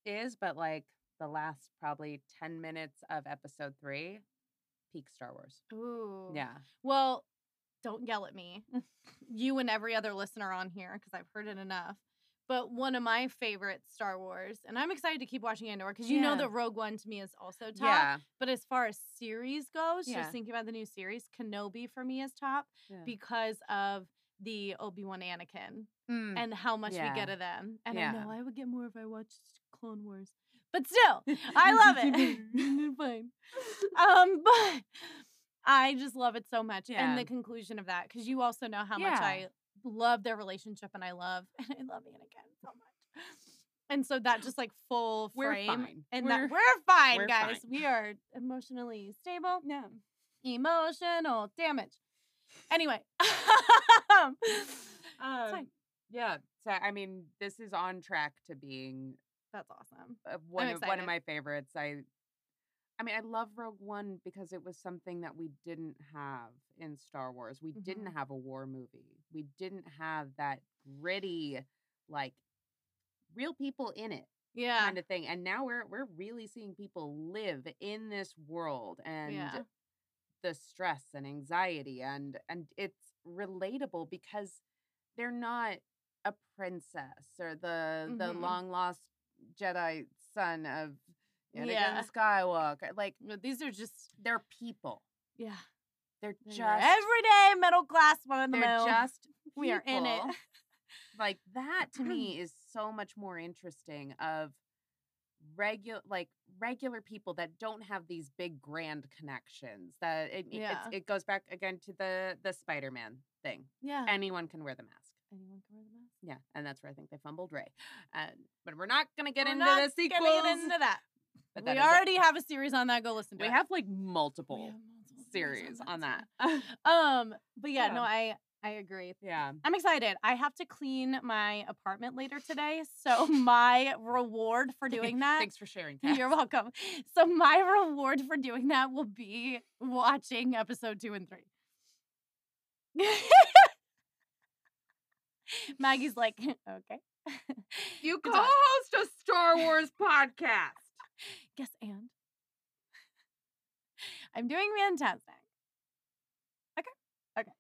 [SPEAKER 7] is, but like the last probably ten minutes of episode three, peak Star Wars.
[SPEAKER 6] Ooh.
[SPEAKER 7] Yeah,
[SPEAKER 6] Well, don't yell at me. you and every other listener on here, because I've heard it enough. But one of my favorite Star Wars, and I'm excited to keep watching Andor because you know
[SPEAKER 7] Yeah.
[SPEAKER 6] that Rogue One to me is also top.
[SPEAKER 7] yeah,
[SPEAKER 6] But as far as series goes,
[SPEAKER 7] Yeah.
[SPEAKER 6] just thinking about the new series, Kenobi for me is top
[SPEAKER 7] Yeah.
[SPEAKER 6] because of the Obi Wan Anakin
[SPEAKER 7] Mm.
[SPEAKER 6] and how much we get
[SPEAKER 7] Yeah.
[SPEAKER 6] of them. And
[SPEAKER 7] Yeah.
[SPEAKER 6] I know I would get more if I watched Clone Wars, but still, I love it. Fine. Um, but I just love it so much.
[SPEAKER 7] Yeah.
[SPEAKER 6] And the conclusion of that, because you also know how
[SPEAKER 7] Yeah.
[SPEAKER 6] much I love their relationship and I love and I love Anakin so much. And so that just like full
[SPEAKER 7] We're
[SPEAKER 6] frame.
[SPEAKER 7] fine.
[SPEAKER 6] And
[SPEAKER 7] We're-
[SPEAKER 6] that we're fine,
[SPEAKER 7] we're
[SPEAKER 6] guys.
[SPEAKER 7] fine.
[SPEAKER 6] We are emotionally stable. Yeah. Emotional damage. Anyway.
[SPEAKER 7] Um,
[SPEAKER 6] fine.
[SPEAKER 7] yeah. So I mean, this is on track to being
[SPEAKER 6] That's awesome.
[SPEAKER 7] uh, one of one
[SPEAKER 6] excited.
[SPEAKER 7] of my favorites. I, I mean, I love Rogue One because it was something that we didn't have in Star Wars. We didn't
[SPEAKER 6] Mhm.
[SPEAKER 7] have a war movie. We didn't have that gritty, like, real people in it
[SPEAKER 6] Yeah.
[SPEAKER 7] kind of thing. And now we're we're really seeing people live in this world and
[SPEAKER 6] Yeah.
[SPEAKER 7] the stress and anxiety and and it's relatable because they're not a princess or the the
[SPEAKER 6] Mhm.
[SPEAKER 7] long lost Jedi son of Anakin
[SPEAKER 6] Yeah.
[SPEAKER 7] Skywalker. Like
[SPEAKER 6] No, These are just
[SPEAKER 7] they're people.
[SPEAKER 6] yeah.
[SPEAKER 7] They're
[SPEAKER 6] They're
[SPEAKER 7] just
[SPEAKER 6] your everyday middle class woman in the
[SPEAKER 7] they're
[SPEAKER 6] middle.
[SPEAKER 7] just
[SPEAKER 6] we are in it.
[SPEAKER 7] people. like that to me is so much more interesting of regular like regular people that don't have these big grand connections that it, it-
[SPEAKER 6] Yeah.
[SPEAKER 7] it's, it goes back again to the the spider-man thing
[SPEAKER 6] yeah.
[SPEAKER 7] anyone can wear the mask
[SPEAKER 6] Uh-huh. Anyone can wear the mask.
[SPEAKER 7] yeah and that's where i think they fumbled ray and but we're not gonna get
[SPEAKER 6] We're
[SPEAKER 7] into
[SPEAKER 6] not
[SPEAKER 7] the
[SPEAKER 6] gonna
[SPEAKER 7] sequels
[SPEAKER 6] Get into that.
[SPEAKER 7] but
[SPEAKER 6] we
[SPEAKER 7] that is it.
[SPEAKER 6] already have a series on that. Go listen to
[SPEAKER 7] we
[SPEAKER 6] it.
[SPEAKER 7] have like
[SPEAKER 6] We
[SPEAKER 7] multiple
[SPEAKER 6] have multiple
[SPEAKER 7] series on
[SPEAKER 6] so-
[SPEAKER 7] that
[SPEAKER 6] Um, but yeah,
[SPEAKER 7] Yeah.
[SPEAKER 6] no, I I agree.
[SPEAKER 7] yeah
[SPEAKER 6] I'm excited. I have to clean my apartment later today, so my reward for doing that.
[SPEAKER 7] thanks for sharing Cass.
[SPEAKER 6] You're welcome. So my reward for doing that will be watching episode two and three. Maggie's like, okay.
[SPEAKER 7] you
[SPEAKER 6] Good job.
[SPEAKER 7] co-host a star wars podcast
[SPEAKER 6] Yes, and I'm doing fantastic. Okay. Okay.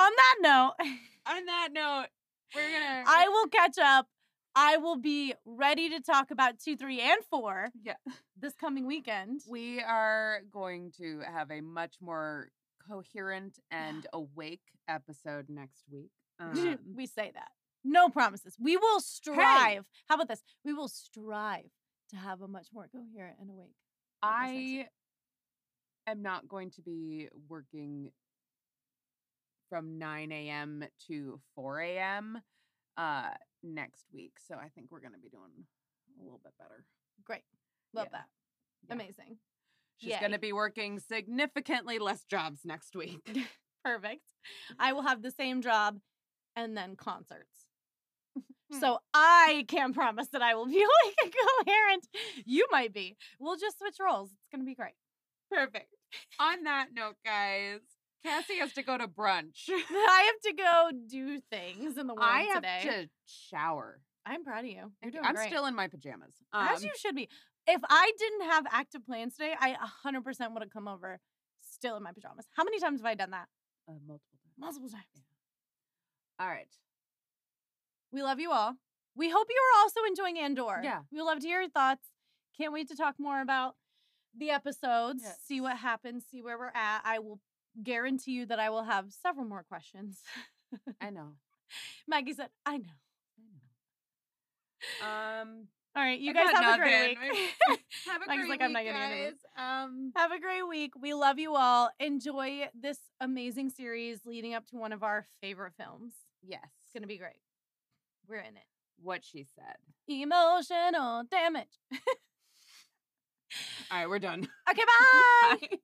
[SPEAKER 6] On that note,
[SPEAKER 7] on that note we're gonna
[SPEAKER 6] I will catch up. I will be ready to talk about two, three, and four
[SPEAKER 7] yeah
[SPEAKER 6] this coming weekend.
[SPEAKER 7] We are going to have a much more coherent and awake episode next week. Um,
[SPEAKER 6] we say that. No promises. We will strive. How about this? We will strive to have a much more coherent and awake. podcast next week.
[SPEAKER 7] I am not going to be working from 9 a.m. to 4 a.m. Uh, next week. So I think we're going to be doing a little bit better.
[SPEAKER 6] great. Love
[SPEAKER 7] Yeah.
[SPEAKER 6] that.
[SPEAKER 7] Yeah.
[SPEAKER 6] Amazing.
[SPEAKER 7] She's going
[SPEAKER 6] Yay.
[SPEAKER 7] to be working significantly less jobs next week.
[SPEAKER 6] Perfect. I will have the same job and then concerts.
[SPEAKER 7] Hmm.
[SPEAKER 6] So I can't promise that I will be like coherent. You might be. We'll just switch roles. It's gonna be great.
[SPEAKER 7] Perfect. On that note, guys, Cassie has to go to brunch.
[SPEAKER 6] I have to go do things in the world
[SPEAKER 7] I have
[SPEAKER 6] today.
[SPEAKER 7] to shower.
[SPEAKER 6] I'm proud of you. You're
[SPEAKER 7] Thank you.
[SPEAKER 6] doing
[SPEAKER 7] I'm
[SPEAKER 6] great.
[SPEAKER 7] still in my pajamas.
[SPEAKER 6] as
[SPEAKER 7] Um,
[SPEAKER 6] you should be. if I didn't have active plans today, I 100% would have come over still in my pajamas. How many times have I done that?
[SPEAKER 7] Uh, multiple times.
[SPEAKER 6] Multiple times.
[SPEAKER 7] All right.
[SPEAKER 6] We love you all. We hope you are also enjoying Andor.
[SPEAKER 7] Yeah.
[SPEAKER 6] We would love to hear your thoughts. Can't wait to talk more about the episodes, see what
[SPEAKER 7] Yes.
[SPEAKER 6] happens, see where we're at. I will guarantee you that I will have several more questions.
[SPEAKER 7] I know.
[SPEAKER 6] Maggie said, I know.
[SPEAKER 7] Um,
[SPEAKER 6] All right, you
[SPEAKER 7] I
[SPEAKER 6] guys
[SPEAKER 7] got
[SPEAKER 6] have a great
[SPEAKER 7] nothing.
[SPEAKER 6] week.
[SPEAKER 7] have a
[SPEAKER 6] Mike's
[SPEAKER 7] great
[SPEAKER 6] like,
[SPEAKER 7] week,
[SPEAKER 6] "I'm not getting anything."
[SPEAKER 7] guys. Um,
[SPEAKER 6] have a great week. We love you all. Enjoy this amazing series leading up to one of our favorite films.
[SPEAKER 7] yes.
[SPEAKER 6] It's going to be great. We're in it.
[SPEAKER 7] what she said.
[SPEAKER 6] Emotional damage.
[SPEAKER 7] All right, we're done.
[SPEAKER 6] Okay, bye.
[SPEAKER 7] Bye.